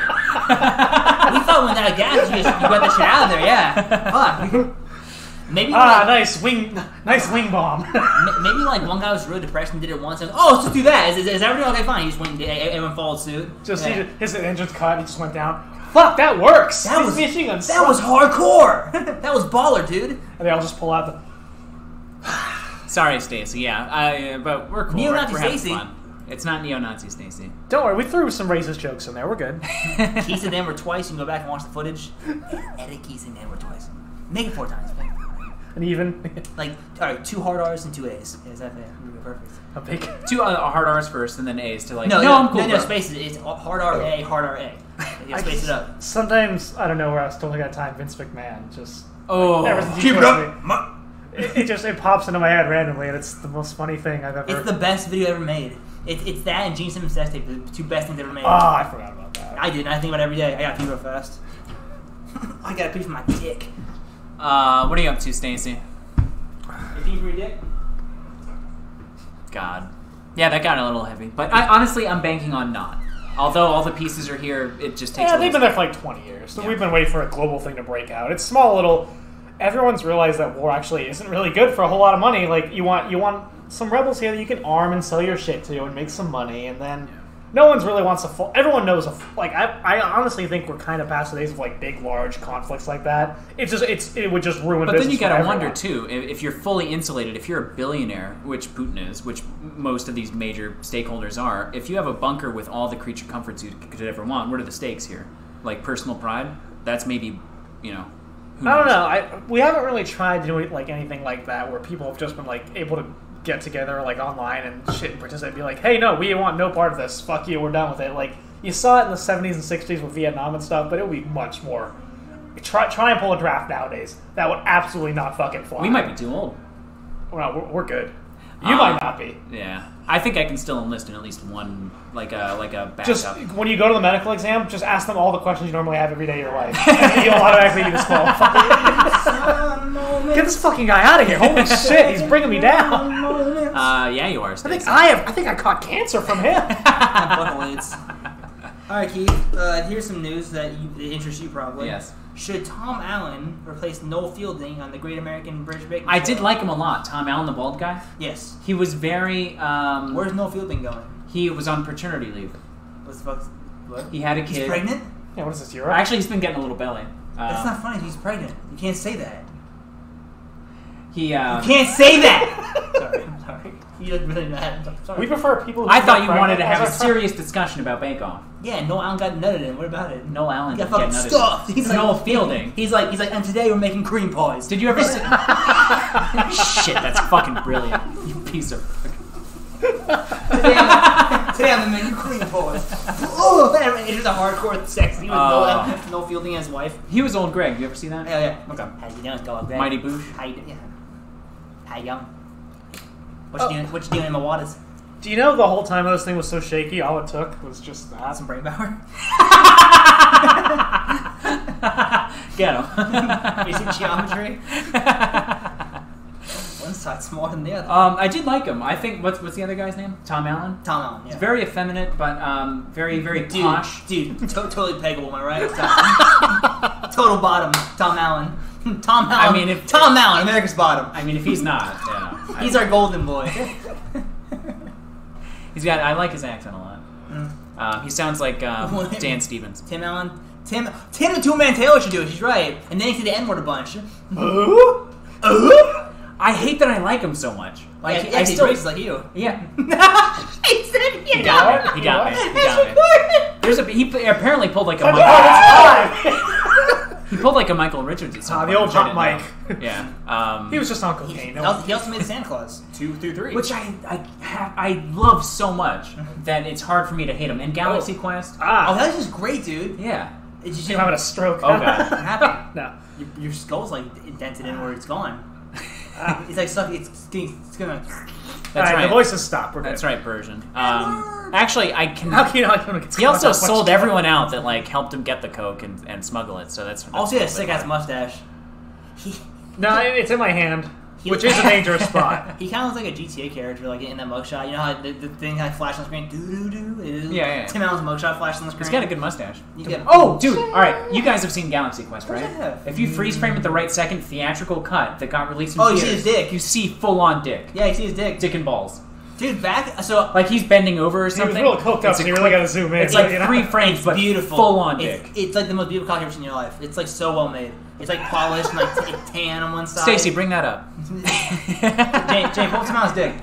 thought when that gas, you just you got that shit out of there. Yeah. Fuck. Maybe
Ah,
like,
nice wing, nice wing bomb.
Ma- Maybe like one guy was real depressed and did it once. And was, oh, let's just do that. Is, is, is everything okay? Fine. He just went. and did- e-, Everyone followed suit.
just
Yeah.
he, his engine's cut. He just went down. Fuck, that works.
That
These
was-
machine guns.
that was hardcore. that was baller, dude.
And they all just pull out the.
Sorry, Stacy. Yeah, I, uh, but we're cool. We're-
Neo-Nazi
we're having
Stacey.
fun. It's not neo-Nazi Stacy.
Don't worry, we threw some racist jokes in there. We're good.
Keys and Denver twice. You can go back and watch the footage. Edit Keys and Denver twice. Make it four times. okay?
And even
Like, all right, two hard R's and two A's. Is that fair? Perfect.
a big.
Two uh, hard R's first, and then A's to like.
No,
No,
no,
I'm cool.
No, no,
bro."
space it. It's hard R A, hard R A.
Oh.
You gotta space it up.
Sometimes I don't know where I was totally got time. Vince McMahon just.
Oh,
Ever since he
Keep it
chose
up.
me,
Ma-
It, it just it pops into my head randomly, and it's the most funny thing I've ever.
It's the best video ever made. It's, it's that and Gene Simmons' sex tape, the two best things ever made.
Ah, I forgot about that.
I did. not I think about it every day. I got pee real fast. I got a pee from my dick.
Uh, what are you up to, Stacy?
You pee from your dick?
God. Yeah, that got a little heavy. But I, honestly, I'm banking on not. Although all the pieces are here, it just takes.
Yeah,
a
they've been
little
there for like 20 years. So
Yeah.
we've been waiting for a global thing to break out. It's small little everyone's realized that war actually isn't really good for a whole lot of money. Like you want you want some rebels here that you can arm and sell your shit to and make some money, and then no one's really wants to. Fall. Everyone knows. A, f- like I, I honestly think we're kind of past the days of like big, large conflicts like that. It's just it's it would just ruin.
But then you
got
gotta wonder too if, if you're fully insulated, if you're a billionaire, which Putin is, which m- most of these major stakeholders are. If you have a bunker with all the creature comforts you c- could ever want, what are the stakes here? Like personal pride? That's maybe, you know. who
I don't
knows?
know. I we haven't really tried doing like anything like that where people have just been like able to get together like online and shit and participate and be like, hey, no, we want no part of this. Fuck you, we're done with it. Like you saw it in the '70s and '60s with Vietnam and stuff, but it would be much more. Try try and pull a draft nowadays. That would absolutely not fucking fly.
We might be too old.
Well, we're, we're good. You
Uh,
might not be.
Yeah, I think I can still enlist in at least one, like a like a backup.
Just when you go to the medical exam, just ask them all the questions you normally have every day of your life. And you'll automatically be disqualified. Get
Some moments-
this fucking guy out of here! Holy shit, he's bringing me down.
some moments-
uh, yeah, you are.
I think
Stacey.
I have. I think I caught cancer from him.
buttholes. All right, Keith. Uh, here's some news that, you, that interests you probably.
Yes.
Should Tom Allen replace Noel Fielding on the Great American Bridge Baking?
I did
Show?
like him a lot. Tom Allen, the bald guy.
Yes.
He was very. Um,
Where's Noel Fielding going?
he was on paternity leave.
What the fuck? What?
He had a kid.
He's pregnant?
Yeah, what is this, Europe?
Actually, he's been getting a little belly.
That's
Uh,
not funny. He's pregnant. You can't say that.
he. Uh,
You can't say that. sorry. I'm sorry. You look really mad. I'm sorry.
we prefer people who
I
are
thought you
pregnant
wanted to have
as
a
our friend.
serious discussion about Bake Off.
yeah, Noel Allen got nutted in. What about it?
Noel Allen
He got
didn't get
fucking
nutted.
stuffed. He's like-
Noel Fielding.
He's like, he's like, and today we're making cream pies.
Did you ever see? Shit, that's fucking brilliant. You piece of.
today, I'm, today I'm making cream pies. oh, it was a hardcore sex scene with
Oh.
Noel, Noel Fielding and his wife.
He was old Greg. You ever see that?
Yeah, yeah.
Okay.
How you doing? It's going great.
Mighty Boosh.
How you doing? Yeah. How you doing? What you doing? What you doing in the waters?
Do you know the whole time this thing was so shaky, all it took was just that?
Some brain power.
Get him.
Basic geometry. One side's smaller than the other.
Um, I did like him. I think what's what's the other guy's name? Tom Allen.
Tom Allen. Yeah.
Very effeminate, but um, very very
dude,
posh.
dude, to- totally peggable, am I right? Tom- Total bottom, Tom Allen. Tom Allen.
mean, if-
Tom Allen, America's bottom.
I mean, if he's not, yeah.
He's our golden boy.
he's got. I like his accent a lot.
Mm.
Um, he sounds like um,
What?
Dan Stevens.
Tim Allen. Tim. Tim the Two Man Taylor should do it. He's right. And then he said the N word a bunch.
Uh-huh.
I hate that I like him so much. Like
Like,
I still
racist like you.
yeah.
he said
He got me. He got me. He got me. There's a he apparently pulled like a
Oh,
Michael, he pulled like a Michael Richards at some
Ah, the
point,
old
which I
hot
didn't know. Yeah. Um,
He was just on cocaine. No one-
He also made Santa Claus.
two through three, which I I ha- I love so much
Mm-hmm.
that it's hard for me to hate him. And Galaxy Quest,
Oh,
Ah,
that's just great, dude.
yeah.
It's just
I'm having a stroke.
Oh, God.
happy.
no.
Your, your skull's like indented in where it's gone. it's like suck. It's getting. It's gonna.
That's
All right,
right.
the voices stopped. We're good.
That's right, version. Um, actually, I can.
How can you not get
He also sold everyone out that like helped him get the coke and, and smuggle it. So that's. that's
Also, he
a
had a
little bit
sick ass
hard.
mustache. He
No, it's in my hand, which is a dangerous spot.
he kind of looks like a GTA character, like in that mugshot. You know how the, the thing like flashed on the screen? Doo doo doo. it is-
Yeah, yeah, yeah.
Tim Allen's mugshot flashed on the screen.
He's got a good mustache.
You get-
Oh, dude! All right, you guys have seen Galaxy Quest,
course
right?
I have.
If you freeze frame at the right second theatrical cut that got released in
Oh, you see
theaters,
his dick.
You see full on dick,
Yeah, you see his dick.
dick and balls.
Dude, back. So
Like he's bending over or
He was
something.
really coked up,
It's
so
a
you
quick-
really got to zoom in.
It's like
you know?
three frames,
it's
but
beautiful.
full on dick.
it's, it's like the most beautiful cock you've ever seen in your life. It's like so well made. It's like polished and like t- tan on one side.
Stacy, bring that up.
Jay, Jay, pull Tim Allen's dick.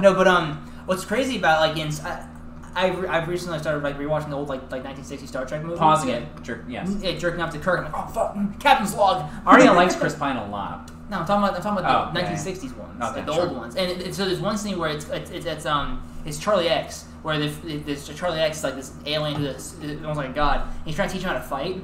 No, but um, what's crazy about like in I, I've, re- I've recently started like rewatching the old like like 1960 Star Trek movies.
Pausing
Yeah.
it. Jerk. Yes.
Yeah, jerking off to Kirk. I'm like, oh fuck, Captain's log.
Aria likes Chris Pine a lot.
No, I'm talking about I'm talking about
Oh,
the
yeah, yeah.
1960s ones,
Okay,
like the
sure.
old ones. And it, it- so there's one scene where it's it's, it's, it's um it's Charlie X, where the, there's Charlie X is like this alien who is is almost like a god. And he's trying to teach him how to fight.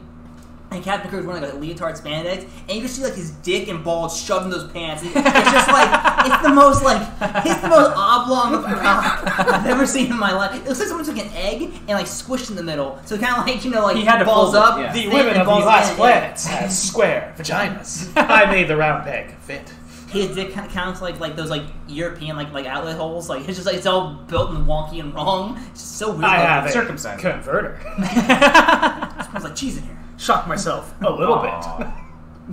And Captain Kirk is wearing like a leotard spandex, and you can see like his dick and balls shoved in those pants. It- it's just like it's the most like it's the most oblong of cock I've ever seen in my life. It looks like someone took an egg and like squished in the middle, so kind of like you know like
He had to
balls
fold it,
up,
yeah.
The
thin,
women
and
of
balls
these last
in, yeah.
planets have square vaginas. I made the round peg fit.
His dick kind of counts like like those like European like like outlet holes. Like it's just like it's all built and wonky and wrong. It's just so weird.
I
like,
have a
circumcised.
converter.
Smells like cheese in here.
Shocked myself a little bit.
Aw.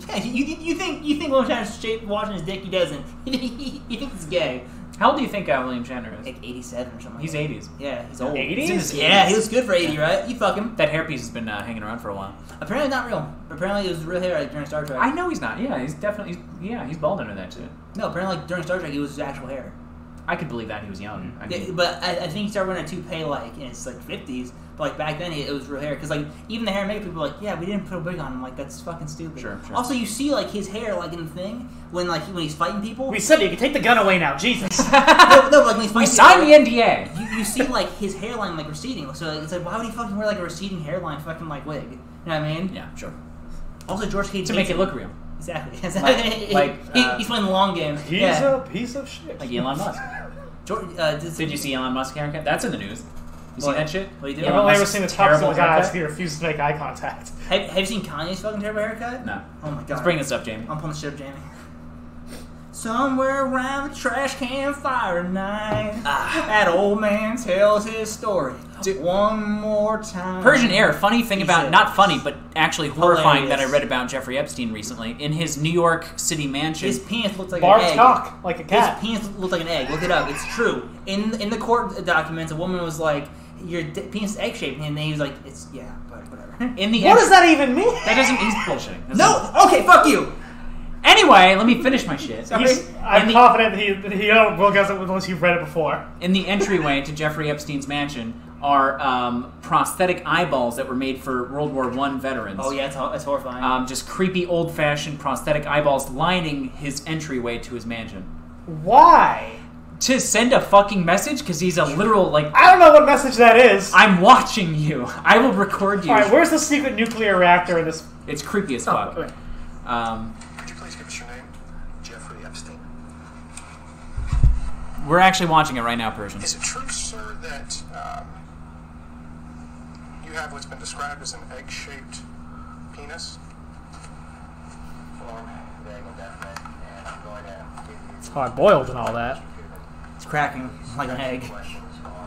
Yeah, you, you you think you think William Shatner's shape watching his dick? He doesn't. you think he's gay?
How old do you think uh, William Shatner is?
Like eighty-seven or something.
He's
like that.
80s.
Yeah, he's old.
80s? He's in his
Yeah,
80s.
he was good for eighty, right? You fuck him.
That hairpiece has been uh, hanging around for a while.
Apparently not real. Apparently it was real hair like, during Star Trek.
I know he's not. Yeah, he's definitely. He's, yeah, he's bald under that shit.
no, apparently like, during Star Trek it was his actual hair.
I could believe that he was young. I
Yeah,
mean,
but I, I think he started wearing a toupee like in his like fifties. But like back then, it, it was real hair because like even the hair and makeup people were like, yeah, we didn't put a wig on him. Like that's fucking stupid.
Sure, sure.
Also, you see like his hair like in the thing when like he, when he's fighting people.
We said you can take the gun away now, Jesus.
no, no, like when he's fighting
we
people,
signed the NDA.
you, you see like his hairline like receding. So like, it's like why would he fucking wear like a receding hairline fucking like wig? You know what I mean?
Yeah, sure.
Also, George Clooney
To make it look real,
exactly.
Like- like,
He-
uh,
he's playing the long game.
He's
yeah.
a piece of shit.
like Elon Musk.
George, uh, this-
Did you see Elon Musk haircut? That's in the news. You see
What?
that shit?
What he did?
Elon
I've only ever
Musk's
seen the tops of his
terrible
eyes.
haircut?
He refuses to make eye contact.
have, have you seen Kanye's fucking terrible haircut?
No.
Oh my god.
Let's bring this up, Jamie.
I'm pulling the shit up, Jamie. Somewhere around the trash can fire tonight, that old man tells his story
Dude.
one more time.
Persian Air, funny thing about,
Jesus.
not funny, but actually horrifying that I
Hilarious.
read about Jeffrey Epstein recently. In his New York City mansion,
His penis looks like
Barb's
an egg.
cock, like a
His
cat.
penis looked like an egg. Look it up. It's true. In in the court documents, a woman was like, "Your d- penis is egg shaped," and then he was like, "It's yeah, but whatever."
in the
What does that even mean?
That doesn't. He's bullshitting. That's
no. Okay. Fuck you.
not- anyway, let me finish my shit.
He's,
in
I'm
the-
confident that he, that he don't does it unless you've read it before.
in the entryway to Jeffrey Epstein's mansion are um, prosthetic eyeballs that were made for World War One veterans.
Oh yeah, it's, hor- it's horrifying.
Um, just creepy, old-fashioned prosthetic eyeballs lining his entryway to his mansion
Why?
to send a fucking message because he's a literal like.
I don't know what message that is.
I'm watching you. I will record you.
All right, where's the secret nuclear reactor in this?
it's creepy as
Oh,
fuck.
wait.
Um,
Could you please give us your name? Jeffrey Epstein.
we're actually watching it right now, Persian.
Is it true, sir, that um, you have what's been described as an egg-shaped penis? Well, there you go, Deathman, and I'm going to give you
It's hard boiled and all that.
it's cracking like an egg.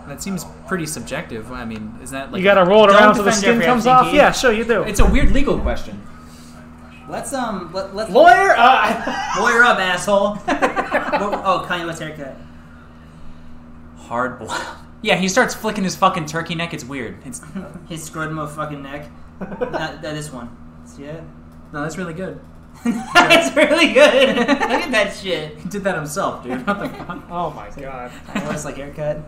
That seems pretty subjective. I mean, is that like
You gotta roll it
Don't
around so the
defend
skin
Jeffrey
comes
Epstein,
off.
Keith.
Yeah, sure you do.
It's a weird legal question.
Let's um let, let's
lawyer. Uh,
lawyer up, asshole. oh, Kanye West haircut.
Hard boiled. Yeah, he starts flicking his fucking turkey neck. It's weird. It's
His scrotum of fucking neck. Not, that this one. See it?
no, that's really good.
it's really good. Look at that shit.
He did that himself, dude. What the fuck?
oh my god.
Kanye West like haircut.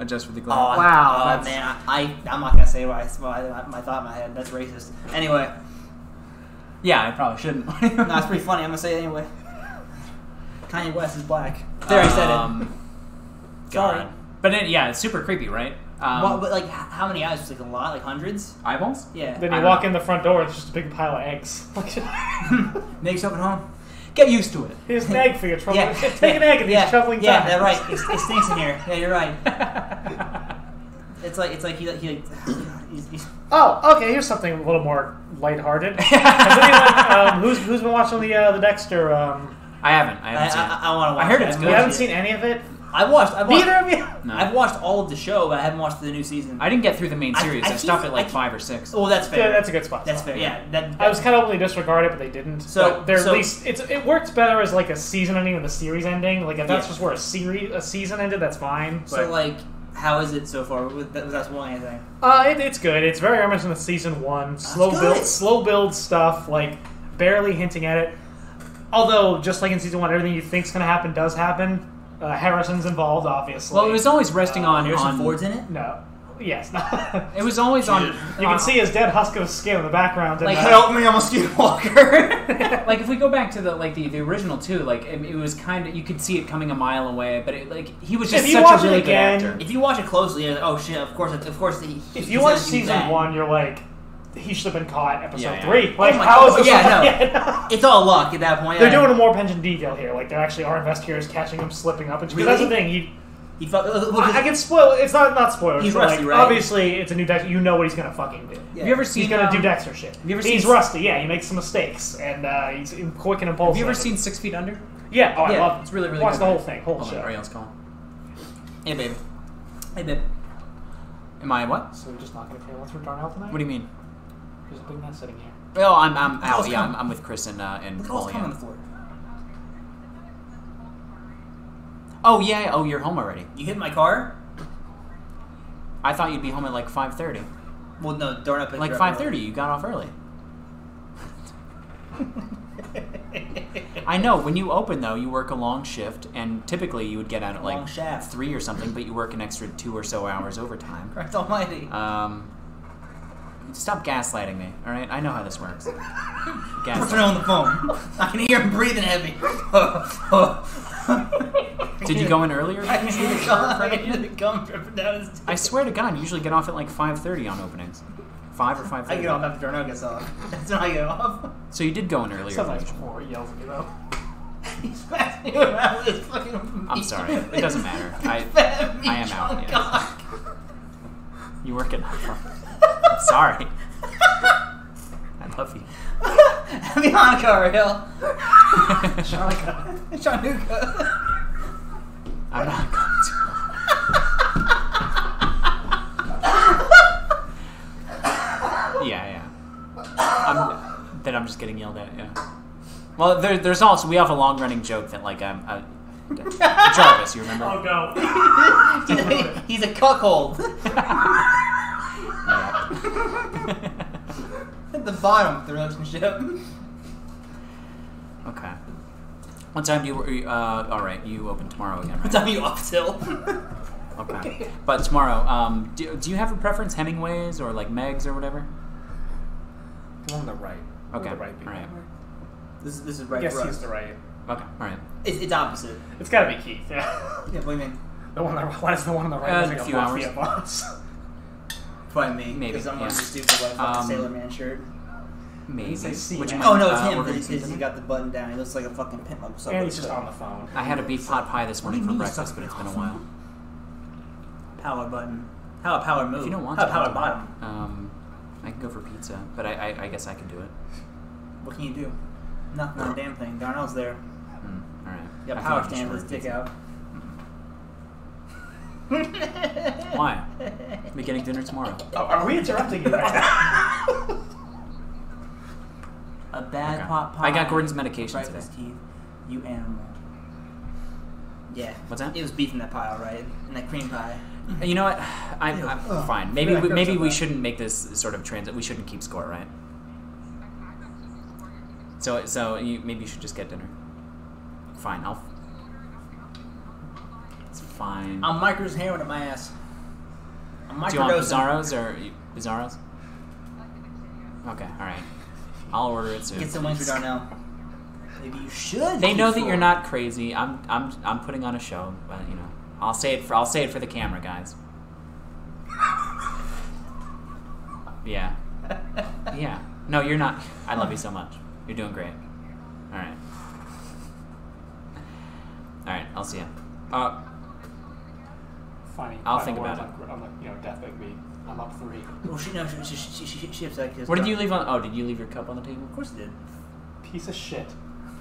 Adjust for the
Oh,
glass.
Wow,
oh,
that's-
man, I, I I'm not gonna say what I, what I my thought in my head. That's racist. Anyway,
yeah, I probably shouldn't.
no, it's pretty funny. I'm gonna say it anyway. Kanye West is black. There, I said it.
Um, it.
Sorry.
God. But it, yeah, it's super creepy, right? Um,
Well, but like, h- how many eyes? Just like a lot, like hundreds.
eyeballs?
Yeah.
Then you
I
walk
know.
in the front door, it's just a big pile of eggs.
Make yourself at home.
Get used to it.
Here's an egg for your trouble.
Yeah.
Take an egg and
yeah.
these troubling
Yeah,
times.
that's right. It, it stinks in here. Yeah, you're right. It's like it's like he like he like. he's- he's-
Oh, okay. Here's something a little more lighthearted. Has anyone, um, who's who's been watching the uh, the Dexter? Um,
I haven't. I
I,
haven't seen
I,
it.
I want to watch.
I heard
it.
it's
I've
good.
you
Yeah.
haven't
watched
seen
it.
any of it.
I watched. I watched.
Neither of you.
No.
I've watched all of the show, but I haven't watched the new season.
I didn't get through the main
I-
series.
I
I,
keep-
stopped at
I
like
keep- Oh,
five or six.
well, that's fair.
Yeah, that's a good spot.
That's
spot.
fair. Yeah. That,
I was kind of willing to disregard it, but they didn't.
So-
but they're
so-
at least it's it works better as like a season ending than a series ending. Like if that's
Yeah.
just where a series a season ended, that's fine.
So
but-
like, how is it so far? With- that- That's one anything.
Uh, it, it's good. It's very reminiscent of season one. Slow
good.
build, slow build stuff. Like barely hinting at it. Although, just like in season one, everything you think's gonna happen does happen. Uh, Harrison's involved, obviously.
Well, it was always resting on.
Harrison
on
uh, Ford's in it.
no. Yes.
It was always on.
you can
on-
see his dead husk of skin in the background. And,
Like,
uh,
help
me, I'm a skinwalker.
like if we go back to the like the, the original too, like it, it was kind of you could see it coming a mile away, but it, like he was just
If you
such
watch
a
it
really
again-
good actor.
if you watch it closely, you're like, oh shit! Of course, of course. He,
if
he
you
said
watch
he's
season
that.
one, you're like, he should have been caught episode
Yeah, yeah.
three. Like,
Oh my
how is
God.
this?
Yeah, no.
Yeah.
it's all luck at that point.
They're
yeah.
doing a more pension detail here. Like, there actually are investigators catching him slipping up. And shit. 'Cause that's the
Really?
thing. He
He fuck- look, look,
I, I can spoil. It's not not spoilers.
He's
but,
rusty,
like,
right?
Obviously, it's a new Dexter. You know what he's gonna fucking do.
Yeah.
Have you ever seen?
He's gonna
um,
do Dexter shit.
you ever
he's
seen-
rusty. Yeah, he makes some mistakes, and uh, he's in- quick and impulsive.
Have you ever seen Six Feet Under?
Yeah. Oh, I
Yeah,
love. it.
It's really really
Watch
good.
the whole thing. Whole
Hold on,
show.
Ariel's calling.
Hey babe. Hey babe.
Am I what?
So we're just not gonna play What's for Darnell tonight.
What do you mean?
There's a big man sitting here.
Oh, I'm, I'm out.
Nicole's
Yeah, I'm,
coming.
I'm with Chris and uh, and
Look at all
Cole.
this cum
yeah.
on the floor.
Oh yeah. Oh, you're home already.
You hit my car?
I thought you'd be home at like five thirty.
Well, no, darn up.
Like five thirty. You got off early. I know. When you open though, you work a long shift, and typically you would get out at
Long
like
shaft.
three or something, but you work an extra two or so hours overtime.
Christ Almighty.
Um, stop gaslighting me, all right? I know how this works.
Person
Gaslight.
on the phone. I can hear him breathing heavy.
Did you go in earlier?
I need to come. I need to come dripping down his.
I swear to God, I usually get off at like 5.30 on openings. 5 or
I get off
5.30.
after Darnell gets off. That's when I get off.
So you did go in earlier.
Sometimes
than
four yells at me though.
He's passing around this fucking.
I'm sorry. It doesn't matter. I- I am out, yeah. You You work at night. I'm sorry. I love you.
Happy Hanukkah, Ariel.
Oh,
Shanuka.
I'm not going to. yeah, yeah. I'm, that I'm just getting yelled at. Yeah. Well, there, there's also we have a long running joke that like I'm I, Jarvis. You remember?
Oh no.
He's a cuckold.
Yeah.
At the bottom of the relationship.
okay. What time do you? Uh, all right, you open tomorrow again,
What
right?
time you off till?
Okay. But tomorrow, um, do, do you have a preference, Hemingway's or like Meg's or whatever?
The one on the right.
Okay.
The right.
all right.
This, this is right
Yes,
for
he's
us.
the right.
Okay. All right.
It's, it's opposite.
It's gotta be Keith. Yeah.
Yeah, what do you mean?
The one on the right. Why is the one on the right?
Uh,
looking
a
at
few
Mafia
hours.
Boss?
Probably me.
Maybe,
Because I'm wearing
yeah.
the stupid white fucking
Um,
Sailor Man shirt.
Maybe.
He's like, see,
Would you
man.
mind,
Oh no, it's
uh,
him
ordering some
because he
dinner?
got the button down. He looks like a fucking pimp. Like,
and he's just on the phone.
I had a beef pot pie this morning for
mean you
breakfast,
suck
but
it
it's been a
off?
while.
power button. How a power move.
If you don't want
How
to,
a power
I'll-
bottom.
Um, I can go for pizza, but I, I, I guess I can do it.
What can you do? Nothing. on a damn thing. Darnell's there.
Mm, all right. I
Yeah,
think
power
I can
stand
just
his
order
dick
pizza.
out.
Why? We're getting dinner tomorrow.
Oh, are we interrupting you right now?
A bad
Okay.
pot pie.
I got Gordon's medication
Breakfast, Keith. You animal. Yeah.
What's that? Mm.
It was beef in that pie, all right? And that cream pie.
today. You know what? I'm, I'm
Ugh.
fine. Maybe
Yeah,
we,
I
maybe
feel
we
bad.
shouldn't make this sort of transit. We shouldn't keep score, right? So so you, maybe you should just get dinner. Fine. I'll. It's fine.
I'm micro's heroin at my ass. I'm
Do you want
microdosing.
bizarros or bizarros? Okay, all right. I'll order it soon.
Get some wings for Darnell. Maybe you should.
They
keep
know that
score.
you're not crazy. I'm I'm I'm putting on a show, but you know, I'll say it for I'll say it for the camera, guys. Yeah. Yeah. No, you're not. I love you so much. You're doing great. All right. All right. I'll see you. Uh,
Funny.
I'll
funny
think
words
about
on, on the, you know, death of me. I'm up three.
Well, she knows. She, she, she, she, she upset
what did you leave on? Oh, did you leave your cup on the table?
Of course it did.
Piece of shit.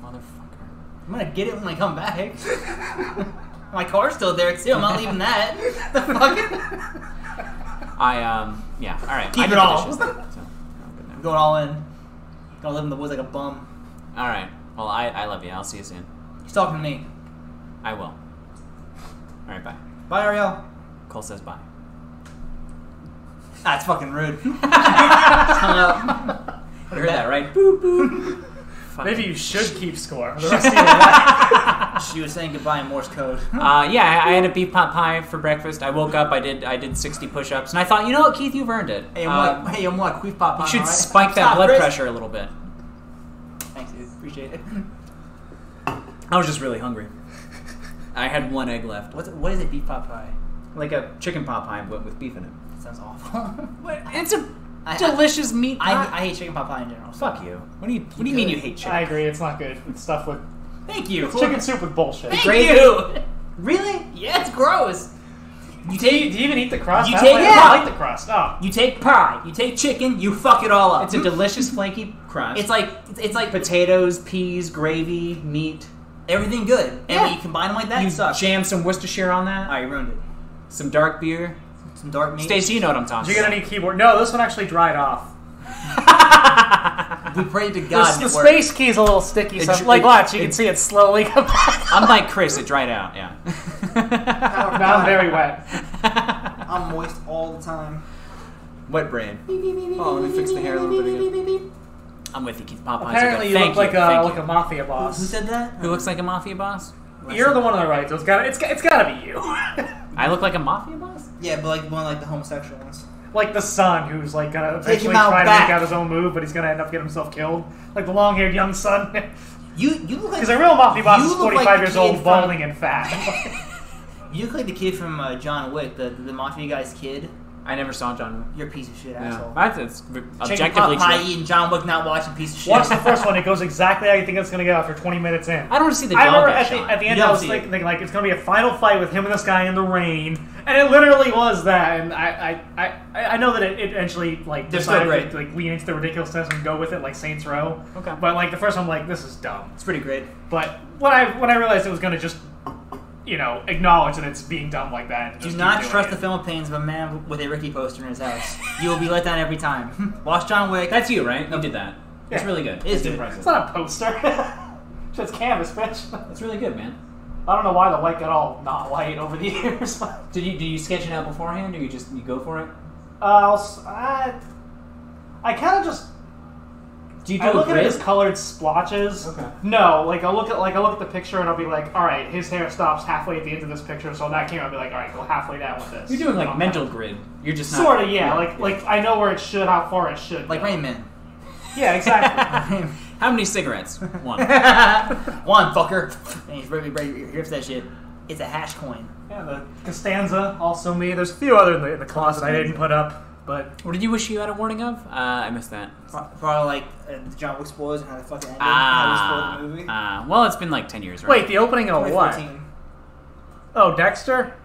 Motherfucker.
I'm gonna get it when I come back. My car's still there too. I'm not leaving that. The fucking.
I um yeah. All right.
Keep
I
it
did the
all.
dishes, so I'll go now.
I'm going all in. Gonna live in the woods like a bum.
All right. Well, I, I love you. I'll see you soon.
He's talking to me.
I will. All right, bye.
Bye, Ariel.
Cole says bye.
That's Ah, fucking rude. Hung up.
You heard that, right? Boop, boop.
Maybe you should keep score. for The rest of your life.
She was saying goodbye in Morse code.
Uh, yeah, I, I had a beef pot pie for breakfast. I woke up, I did I did 60 push-ups, and I thought, you know what, Keith, you've earned it.
hey,
Uh,
I'm like, hey, I'm like, queef pop.
you should spike that blood pressure a little bit.
Thanks, dude. Appreciate it.
I was just really hungry. I had one egg left.
What's, what is a beef pot pie?
Like a chicken pot pie but with beef in it.
That sounds awful.
It's a
I-
delicious meat
I,
pie.
I hate chicken pot pie in general. so-
Fuck you. What do you What do you
You
mean
good.
you hate chicken?
I agree. It's not good. It's stuff with
Thank you.
chicken soup with bullshit.
Thank
Great.
you. Really? Yeah, it's gross. You
Do you,
take
do you even eat the crust?
You
I don't
take-
like,
yeah.
I don't like the crust. Oh.
you take pie. You take chicken. You fuck it all up.
It's a delicious flaky crust.
It's like it's, it's like
potatoes, peas, gravy, meat.
everything good, and
Yeah.
when you combine them like that,
you
it sucks.
jam some Worcestershire on that.
all right, you ruined it.
Some dark beer.
Some dark meat.
Stacey, you know what I'm talking
You're gonna need keyboard. No, this one actually dried off.
we pray to God.
The,
and
the
it works.
space key's a little sticky, so
dr-
like
it-
watch, you
it-
can see it slowly come back.
I'm like Chris. It dried out. Yeah.
now I'm very wet.
I'm moist all the time.
Wet brain.
Oh, let me fix the hair a little bit again.
I'm with you, Keith. Popeye's
Apparently,
a
you
good. Thank
look like
you.
a
Thank
like
you.
a mafia
Who
boss.
said that?
Who looks like a mafia boss?
You're the one on the right, so it's gotta it's, got- it's gotta be you.
I look like a mafia boss.
Yeah, but like one like the homosexual ones.
like the son who's like gonna
Take him
eventually
out
try to
back.
make out his own move, but he's gonna end up getting himself killed. Like the long-haired young son,
You you look like
because a real mafia boss
You
is
look like
45
the
years
kid
old,
from-
balding and fat.
you look like the kid from uh, John Wick, the, the mafia guy's kid.
I never saw John.
You're a piece of shit
No.
asshole.
That's it's objectively
Popeye
true.
eating John Wick not watching piece of shit.
Watch the first one; it goes exactly how you think it's gonna go after 20 minutes in.
I don't want to see the
I
dog
remember
get
at the,
shot.
at the end
You
I
don't
was
see
like,
it.
thinking like it's gonna be a final fight with him and this guy in the rain, and it literally was that. And I I, I, I know that it, it eventually like
They're
decided
still
to like lean into the ridiculousness and go with it like Saints Row.
Okay.
But like the first one, I'm like this is dumb.
It's pretty great.
But when I when I realized it was gonna just you know acknowledge that it's being dumb like that. and
Do
just
not
keep doing
trust
it.
the film opinions of a man with a Ricky poster in his house. You will be let down every time. Watch John Wick.
That's you, right? You did that. It's
Yeah.
really good.
It is
It's
good.
impressive.
It's not a poster. it's just canvas, bitch.
It's really good, man.
I don't know why the white got all not white over the years. Uh, but-
Did you do you sketch it out beforehand, or you just you go for it?
Uh, I'll, s- I, I kind of just
Do you do
I look
a
at it
grid?
as colored splotches.
Okay.
No, like I look at like I look at the picture and I'll be like, all right, his hair stops halfway at the end of this picture, so on that camera I'll be like, all right, go halfway down with this.
You're doing like
Okay.
mental grid. You're just not,
Sort of, yeah. Like like I know where it should, how far it should.
Like
go.
Rain Man.
Yeah, exactly.
How many cigarettes? One.
One fucker. And he's really ready here's that shit. It's a hash coin.
yeah, the Costanza also me. There's a few other in the, in the closet I didn't put up, but
what did you wish you had a warning of? Uh, I missed that.
Pro- Probably like uh, the John Wick spoilers and how the fucking ended.
Ah.
how we spoiled the movie.
ah, well, it's been like ten years, right?
wait, the opening of what?
2014.
Oh, Dexter?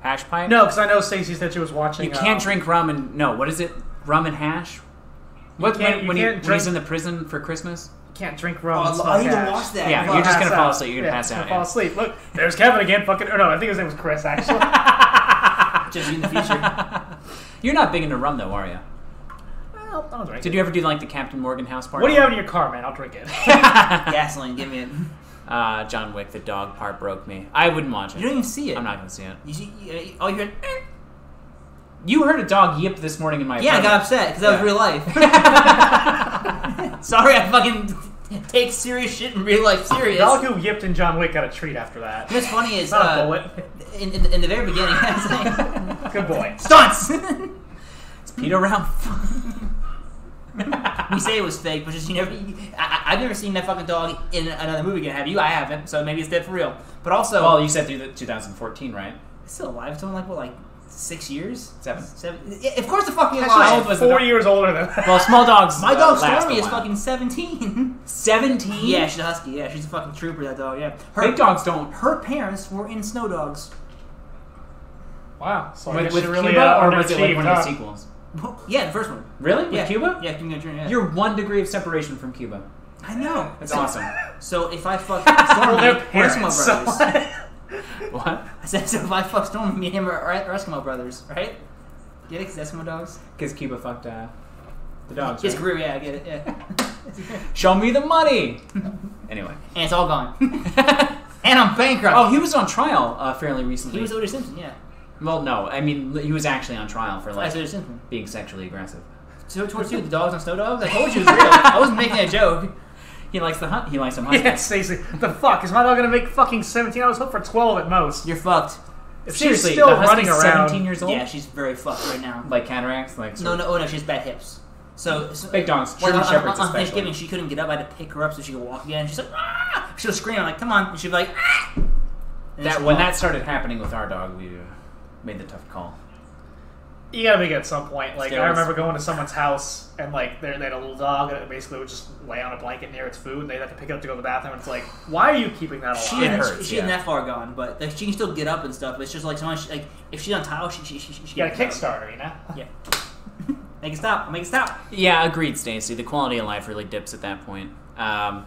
Hash pipe.
No, because I know Stacey said she was watching.
You
uh,
can't drink rum and no. What is it? Rum and hash. What
can't-
when,
you
when, he,
can't
when he's
drink-
in the prison for Christmas?
Can't drink rum. and
Oh,
smoke
I need to
hash.
watch that.
Yeah,
Fuck.
you're just
Pass
gonna fall
out.
asleep. You're gonna
Yeah,
pass
just
out.
Fall
yeah.
asleep. Look, there's Kevin again. Fucking. Or no, I think his name was Chris actually.
Just in the future.
You're not big into rum though, are you?
well, I'll drink
Did
it.
you ever do like the Captain Morgan house party?
What do you have in your car, man? I'll drink it.
Gasoline, give me it.
Uh, John Wick, the dog part broke me. I wouldn't watch it.
You don't even see it.
I'm not gonna see it.
You see, you- you- all you heard. "Eh."
You heard a dog yip this morning in my
Yeah, I
apartment.
got upset because that
Yeah.
was real life. Sorry, I fucking take serious shit in real life serious.
Dog who yipped and John Wick got a treat after that.
What's funny is
Not a
uh,
bullet.
in, in, in the very beginning, I was like,
Good boy.
stunts.
Peter Ralph.
we say it was fake, but just you never. I, I- I've never seen that fucking dog in another movie again. Have you? I haven't. So maybe it's dead for real. But also,
Well, you said through the 2014, right?
it's still alive. It's only like what, like six years,
Seven.
seven. Yeah, Of course, the fucking
how
alive.
old was the
Four
dog?
years older than that.
Well, small dogs.
My
uh,
dog
last
Stormy
a
is
while.
fucking seventeen.
17.
yeah, she's a husky. Yeah, she's a fucking trooper. That dog. Yeah, her
Big dogs don't.
Her parents were in Snow Dogs.
wow. So I
With,
guess
with
she really,
Cuba,
uh,
or was it like
underachieved,
one of
huh?
the sequels?
Yeah, the first one.
Really? With
yeah.
Cuba?
Yeah, Cuba Gooding Jr. Yeah.
You're one degree of separation from Cuba.
I know.
That's
so,
awesome.
So if I fuck Stormy,
Well, they're
we're Eskimo
parents, so-
brothers.
What?
I said, so if I fuck Stormy, me and him are, are Eskimo brothers, right? Get it? 'Cause Eskimo dogs?
Because Cuba fucked uh, the dogs.
It's
right?
career, yeah, I get it, yeah.
Show me the money. anyway.
and it's all gone. and I'm bankrupt.
oh, he was on trial uh, fairly recently.
he was O.J. Simpson, yeah.
well, no, I mean he was actually on trial for
That's
like
O.J. Simpson.
being sexually aggressive.
So towards you, the dogs on Snow Dogs? I told you it was real. I wasn't making a joke.
He likes the hunt. He likes some hunting.
Yeah, Stacey. The fuck is my dog gonna make fucking 17? I was hoping for 12 at most.
You're fucked.
If
Seriously,
she's still
the
running
husky's
around.
17 years old.
Yeah, she's very fucked right now.
like cataracts, like
No, no, oh no, she has bad hips. So, so
Big dogs,
Well,
German
on, on-
shepherds
on
especially.
Thanksgiving, she couldn't get up. I had to pick her up so she could walk again. She's like, ah! she'll scream. I'm like, come on, and she'd be like, ah! And then
That
she'd
when
walk.
that started happening with our dog, we uh, made the tough call.
You gotta make it at some point. Like I
Steroids.
remember going to someone's house and like they they had a little dog and it basically would just lay on a blanket near its food and they'd have to pick it up to go to the bathroom. And it's like, why are you keeping that alive?
she
It
isn't,
hurts,
she isn't
yeah.
that far gone, but like, she can still get up and stuff. But it's just like sometimes, she, like if she's on tile, she she she, she, she
you got a
gets up.
Kickstarter, you know?
Yeah, make it stop. Make it stop.
Yeah, agreed, Stacey. The quality of life really dips at that point. Um,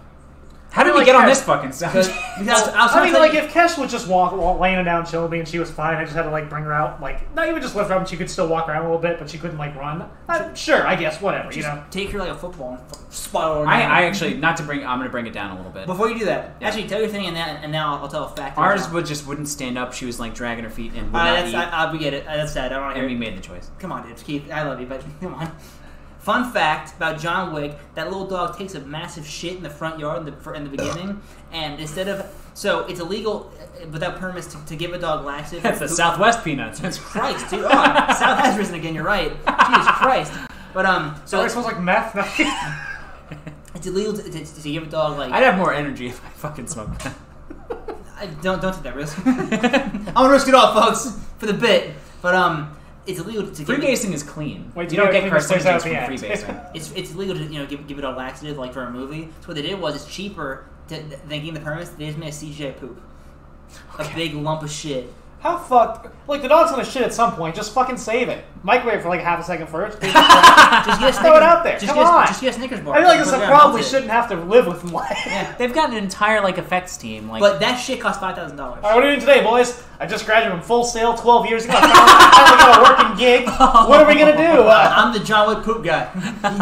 How did
I
we
like
get on
Kes-
this fucking
Because,
subject?
because I was
I
trying
mean,
to
like
think-
if Kesh was just walk, walk laying down Shelby and she was fine, I just had to like bring her out, like not even just lift her up. She could still walk around a little bit, but she couldn't like run. Uh, sure, I guess whatever, you
just
know.
take her like a football and f- spot her.
I,
down.
I actually not to bring. I'm gonna bring it down a little bit.
Before you do that,
Yeah.
actually tell your thing and that, and now I'll tell a fact.
Ours would just wouldn't stand up. She was like dragging her feet and would
Alright,
Uh, not
that's
eat.
I, I, we get it. Uh, That's sad. I don't want to
and
hear.
we
it.
made the choice.
Come on, dude, Keith. I love you, but come on. Fun fact about John Wick: that little dog takes a massive shit in the front yard in the in the beginning, and instead of so it's illegal uh, without permits to, to give a dog laxative.
That's the Southwest peanuts. That's
Christ, dude. Oh, South has risen again. You're right. Jesus Christ. But um,
So
so
it
it's,
smells like meth. now.
it's illegal to, to, to give a dog like
I'd have more energy if I fucking smoked that.
I don't don't take that risk. I'm gonna risk it all, folks, for the bit. But um, it's illegal to give. it-
Freebasing is clean.
Wait,
you don't
wait,
get
wait, wait, wait,
carcinogens from
wait, wait, wait.
freebasing.
It's it's illegal to you know give, give it a laxative like for a movie. So what they did was it's cheaper to, than getting the permits. They just made a CGI poop, a big lump of shit.
How fucked? Like the dog's gonna shit at some point. Just fucking save it. Microwave for like half a second first.
Just get a
Throw it
Snickers-
out there.
Just
Come
get a,
on.
Just get a Snickers bar.
I feel like this
Put
is
it there
a
and
problem we
melt it.
shouldn't have to live with. in life.
Yeah.
They've got an entire like effects team. Like
But that shit costs five thousand dollars.
All right, what are you doing today, boys? I just graduated from Full Sail 12 years ago. I finally got a working gig. What are we gonna do? Uh,
I'm the John Wick poop guy.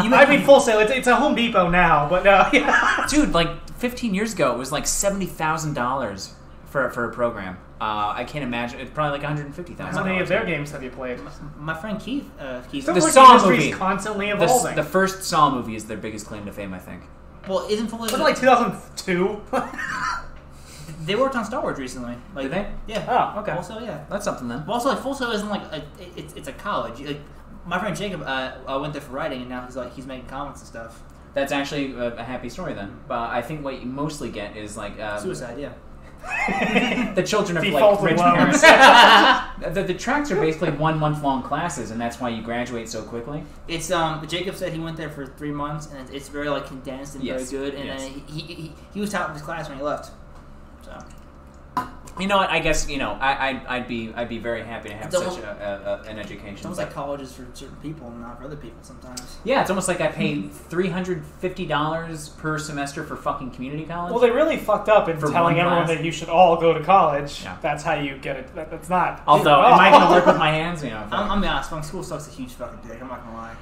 You
I mean, Full Sail. It's, it's a Home Depot now, but uh, yeah.
dude, like 15 years ago, it was like seventy thousand dollars for for a program. Uh, I can't imagine. It's probably like one hundred and fifty
How
thousand.
many of their games have you played?
my friend Keith. Uh, Keith.
Still
The
like
Saw
industry's
movie.
constantly
The, s-
evolving.
the first Saw movie is their biggest claim to fame, I think.
well, isn't Full
Wasn't it like 2002?
They worked on Star Wars recently. Like
Did they?
Yeah.
Oh,
okay.
Also, yeah.
That's something then.
But also, like Full Sail isn't like a, it, it's it's a college. Like, my friend Jacob, uh, I went there for writing, and now he's like he's making comments and stuff.
That's actually a, a happy story then. But I think what you mostly get is like um,
Suicide, yeah.
the children of like
Default
rich
allowance.
parents. the, the tracks are basically one month long classes, and that's why you graduate so quickly.
It's um. Jacob said he went there for three months, and it's, it's very like condensed and
Yes,
very good. And
yes.
then he, he, he he was top of his class when he left. So
You know what? I guess you know. I, I'd, I'd be I'd be very happy to have
Don't-
such a, a, a, an education.
it's almost
but-
like colleges for certain people and not for other people sometimes.
yeah, it's almost like I pay
Mm-hmm.
three hundred fifty dollars per semester for fucking community college.
Well, they really fucked up in
For
telling
one
everyone
class.
that you should all go to college.
Yeah.
That's how you get it. That, that's not.
Although, am I going to work with my hands? You know,
I'm, I'm gonna be honest. Fucking school sucks a huge fucking dick. I'm not gonna lie.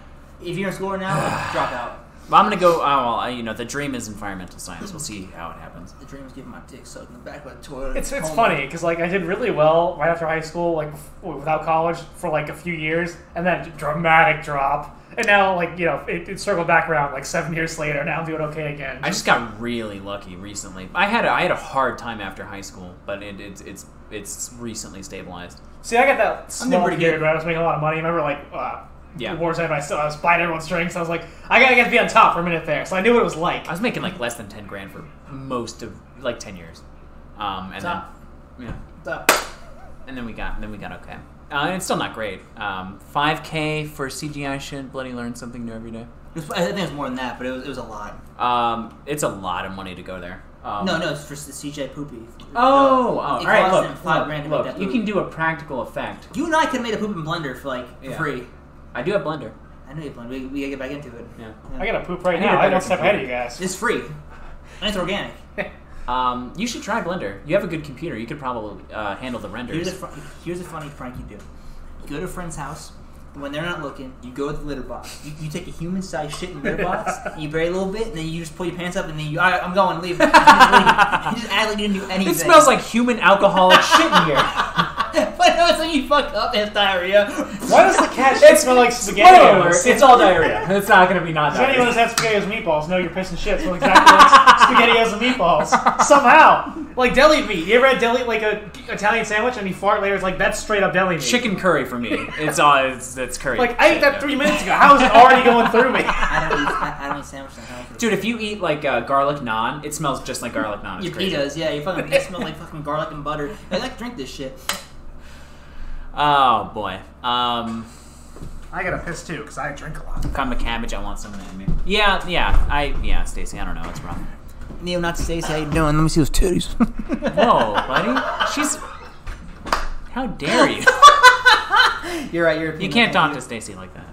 If you're in school right now, like, drop out.
Well, I'm going to go. Oh, well, I, you know, the dream is environmental science. We'll see how it happens.
The dream is getting my dick sucked in the back of a toilet.
It's, it's
Home.
funny because like I did really well right after high school, like bef- without college for like a few years, and then dramatic drop, and now like you know it, it circled back around like seven years later. Now I'm doing okay again.
I just got really lucky recently. I had a, I had a hard time after high school, but it, it's it's it's recently stabilized.
See, I got that
I'm doing
small
pretty
period
good.
where I was making a lot of money. Remember, like uh,
Yeah.
the wars end, I still I was buying everyone's drinks. I was like, I gotta get to be on top for a minute there, so I knew what it was like.
I was making like less than ten grand for most of like ten years, um, and
Stop.
then yeah.
Stop.
and then we got then we got okay. Uh, and it's still not great. Um, 5K for CGI shit. Bloody learn something new every day.
It was- I think it was more than that, but it was, it was a lot.
Um, it's a lot of money to go there. Um,
No, no, it's for the CJ Poopy.
Oh, oh, all
It
right.
costs
Look,
them five
look,
grand to
look,
make that
you
movie.
can do a practical effect.
You and I could have made a poop and blender for like for
Yeah.
free.
I do have Blender.
I know you blend. We, we gotta get back into it.
Yeah.
I gotta poop right
I need a
now. I'm
better
one step ahead of you guys.
It's free, and it's organic.
Um, you should try Blender. You have a good computer. You could probably uh, handle the
Here's a
renders.
fr- here's a funny prank you do. You go to a friend's house. When they're not looking, you go to the litter box. You, you take a human-sized shit in the litter box, and you bury a little bit, and then you just pull your pants up, and then you, all right, I'm going, leave. You just, leave. You just act like you didn't do anything.
It smells like human alcoholic shit in here.
but no, it's like you fuck up, it's diarrhea.
Why does the cat shit smell like spaghetti?
Spoiler,
Does
it's all diarrhea. It's not going to be not
anyone
diarrhea.
who's had spaghettios and meatballs know you're pissing shit smell exactly like spaghettios and meatballs. Somehow, like deli meat. You ever had deli like a Italian sandwich and you fart later? It's like that's straight up deli meat.
Chicken curry for me. It's all it's, it's curry.
Like I ate
Yeah.
that three minutes ago. How is it already going through me?
I don't eat, I, I don't eat sandwiches. I don't eat-
Dude, if you eat like uh, garlic naan, it smells just like garlic naan. It's
Your
crazy.
pitas, yeah, your fucking pita smell like fucking garlic and butter. I like to drink this shit.
Oh boy. Um,
I gotta piss too because I drink a lot.
if I'm a cabbage, I want some of that in me. Yeah, yeah. I yeah, Stacy. I don't know. It's wrong.
Neo, not to say, how you doing? Let me see those titties.
Whoa, buddy. She's. How dare you?
You're right. You're.
You can't talk to Stacy like that.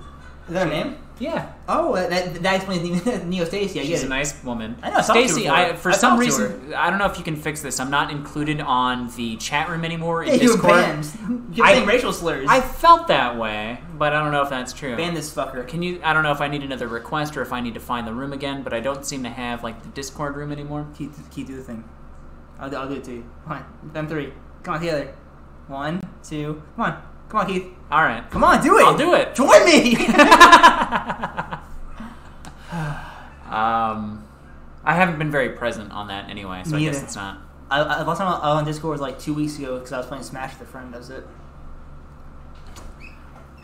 Is that her name?
Yeah.
Oh, that, that explains Ne- Neo Stacy. I
She's
get
a
it.
nice woman.
I know, I talked to
Stacy.
her before.
I for
I
some
talked to
reason I don't know if you can fix this. I'm not included on the chat room anymore. In
Yeah, you were
Discord.
banned. You're
I-
saying racial slurs.
I felt that way, but I don't know if that's true.
ban this fucker.
Can you? I don't know if I need another request or if I need to find the room again. But I don't seem to have like the Discord room anymore.
Keep, keep do the thing. I'll, do- I'll do it to you. Come on, then three. Come on, together. One, two. Come on, come on, Keith.
All right.
Come on, do it.
I'll do it.
Join me.
Um, I haven't been very present on that anyway, so
Me
I guess
either.
it's not.
I, I, last time I I was on Discord was like two weeks ago because I was playing Smash with a friend. That was it.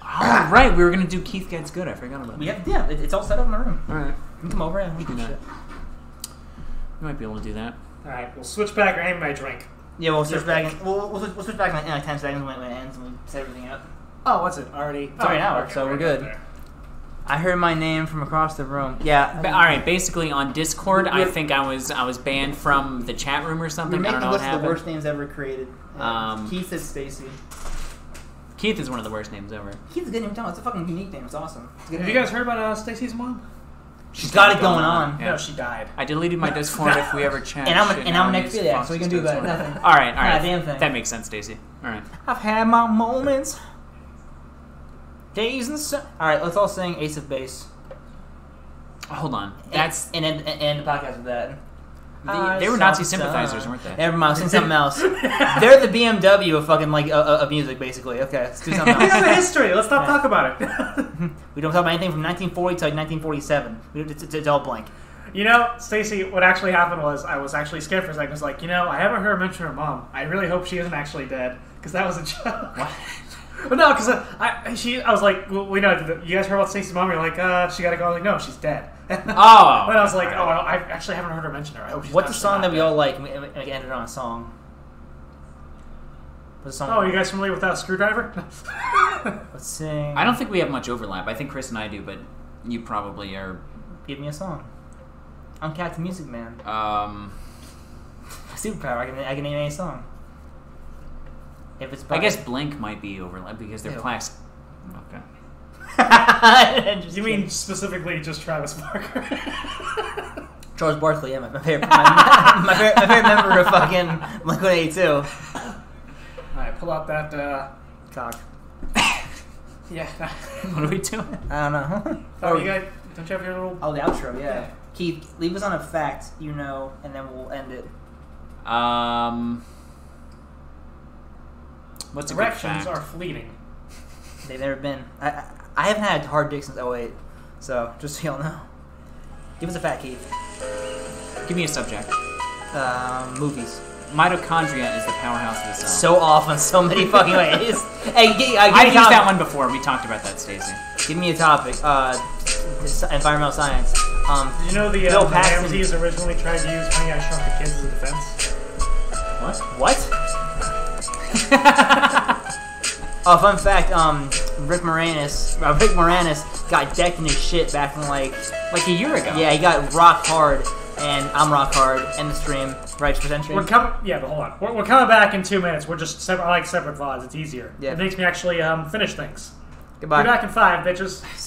Oh, right, we were gonna do Keith Gets Good. I forgot about
We
that.
have yeah, it, it's all set up in my room.
All right,
You can come over and we can
do
shit.
that. We might be able to do that.
All right, we'll switch back. I need my drink.
Yeah, we'll switch
Yeah.
back. In, we'll, we'll, switch- we'll switch back in like, in like ten seconds when it when it ends and we set everything up.
Oh, what's it? Already. It's
already an hour, so we're good. I heard my name from across the room. Yeah.
But, all right, basically on Discord, I
We're-
think I was I was banned from the chat room or
We're
something. I
making
don't know
a
what
list of the
happened.
worst names ever created.
Um,
Keith is Stacy.
Keith is one of the worst names ever.
Keith's a good name. No, it's a fucking unique name. It's awesome. It's a good
Have you
name.
guys heard about uh, Stacy's mom?
She's got it going on.
Yeah.
No, she died.
I deleted my Discord if we ever chat.
And I'm a-
shit,
and I'm an
I use
affiliate, so we can do
Fox's
about
Discord.
nothing.
All right, all right,
Not a damn thing.
that makes sense, Stacy. All right,
I've had my moments. Days and so- All right, let's all sing Ace of Base.
hold on.
And-
That's
and end, and end the podcast with that.
the, they were Nazi sympathizers, weren't they?
Never mind, I was saying something else. They're the BMW of fucking like uh, uh, of music, basically. Okay, let's do something
We have a
else.
history. Let's not talk about it.
we don't talk about anything from 1940 to like 1947. We, it's, it's, it's all blank.
You know, Stacy, what actually happened was I was actually scared for a second. I was like, you know, I haven't heard her mention her mom. I really hope she isn't actually dead because that was a joke. What? but no, because I, I- she, I was like, well, we know you guys heard about Stacy's mom. You're like, uh, she got to go. I'm like, no, she's dead. oh. But I was like, oh, I I actually haven't heard her mention her. I hope Oh, she's
What's the
actually
song
not
that we
dead.
all like? and We, and we ended on a song. What's the song?
Oh, you guys familiar with that screwdriver?
Let's sing.
I don't think we have much overlap. I think Chris and I do, but you probably are.
Give me a song. I'm Captain Music Man.
Um,
Superpower. I can, I can name any song. If it's by
I guess Blink might be overlap because they're
Ew.
class. Okay.
you mean specifically just Travis Barker?
George Barkley? Yeah, my, my favorite, my, my, favorite, my favorite member of fucking Blink One Eighty
all
Two.
right, pull out that. Uh,
Cock.
yeah.
What are we doing?
I don't know.
Oh, you guys, don't you have your little?
Oh, the outro. Yeah.
Yeah.
Keith, leave us on a fact you know, and then we'll end it.
Um, what's a good
Directions
fact?
are fleeting.
They've never been. I I, I haven't had a hard dick since 08, so just so y'all know. Give us a fact, Keith.
Give me a subject.
Um, movies.
Mitochondria is the powerhouse of the cell.
So often, so many fucking ways. hey, g- uh, give,
I
me a
used
topic.
that one before. We talked about that, Stacy.
Give me a topic. Uh, s- environmental science. Um,
You know the
Bill
uh, the
Paxton.
Ramses originally tried to use Honey I Shrunk the Kids as a defense.
What? What? oh, fun fact. Um, Rick Moranis. Uh, Rick Moranis got decked in his shit back in like.
Like a year ago.
Yeah, he got rock hard, and I'm rock hard. End the stream. Right for century.
We're coming. Yeah, but hold on. We're, we're coming back in two minutes. We're just separate. I like separate VODs. It's easier.
Yeah.
It makes me actually um, finish things.
Goodbye.
Be back in five, bitches.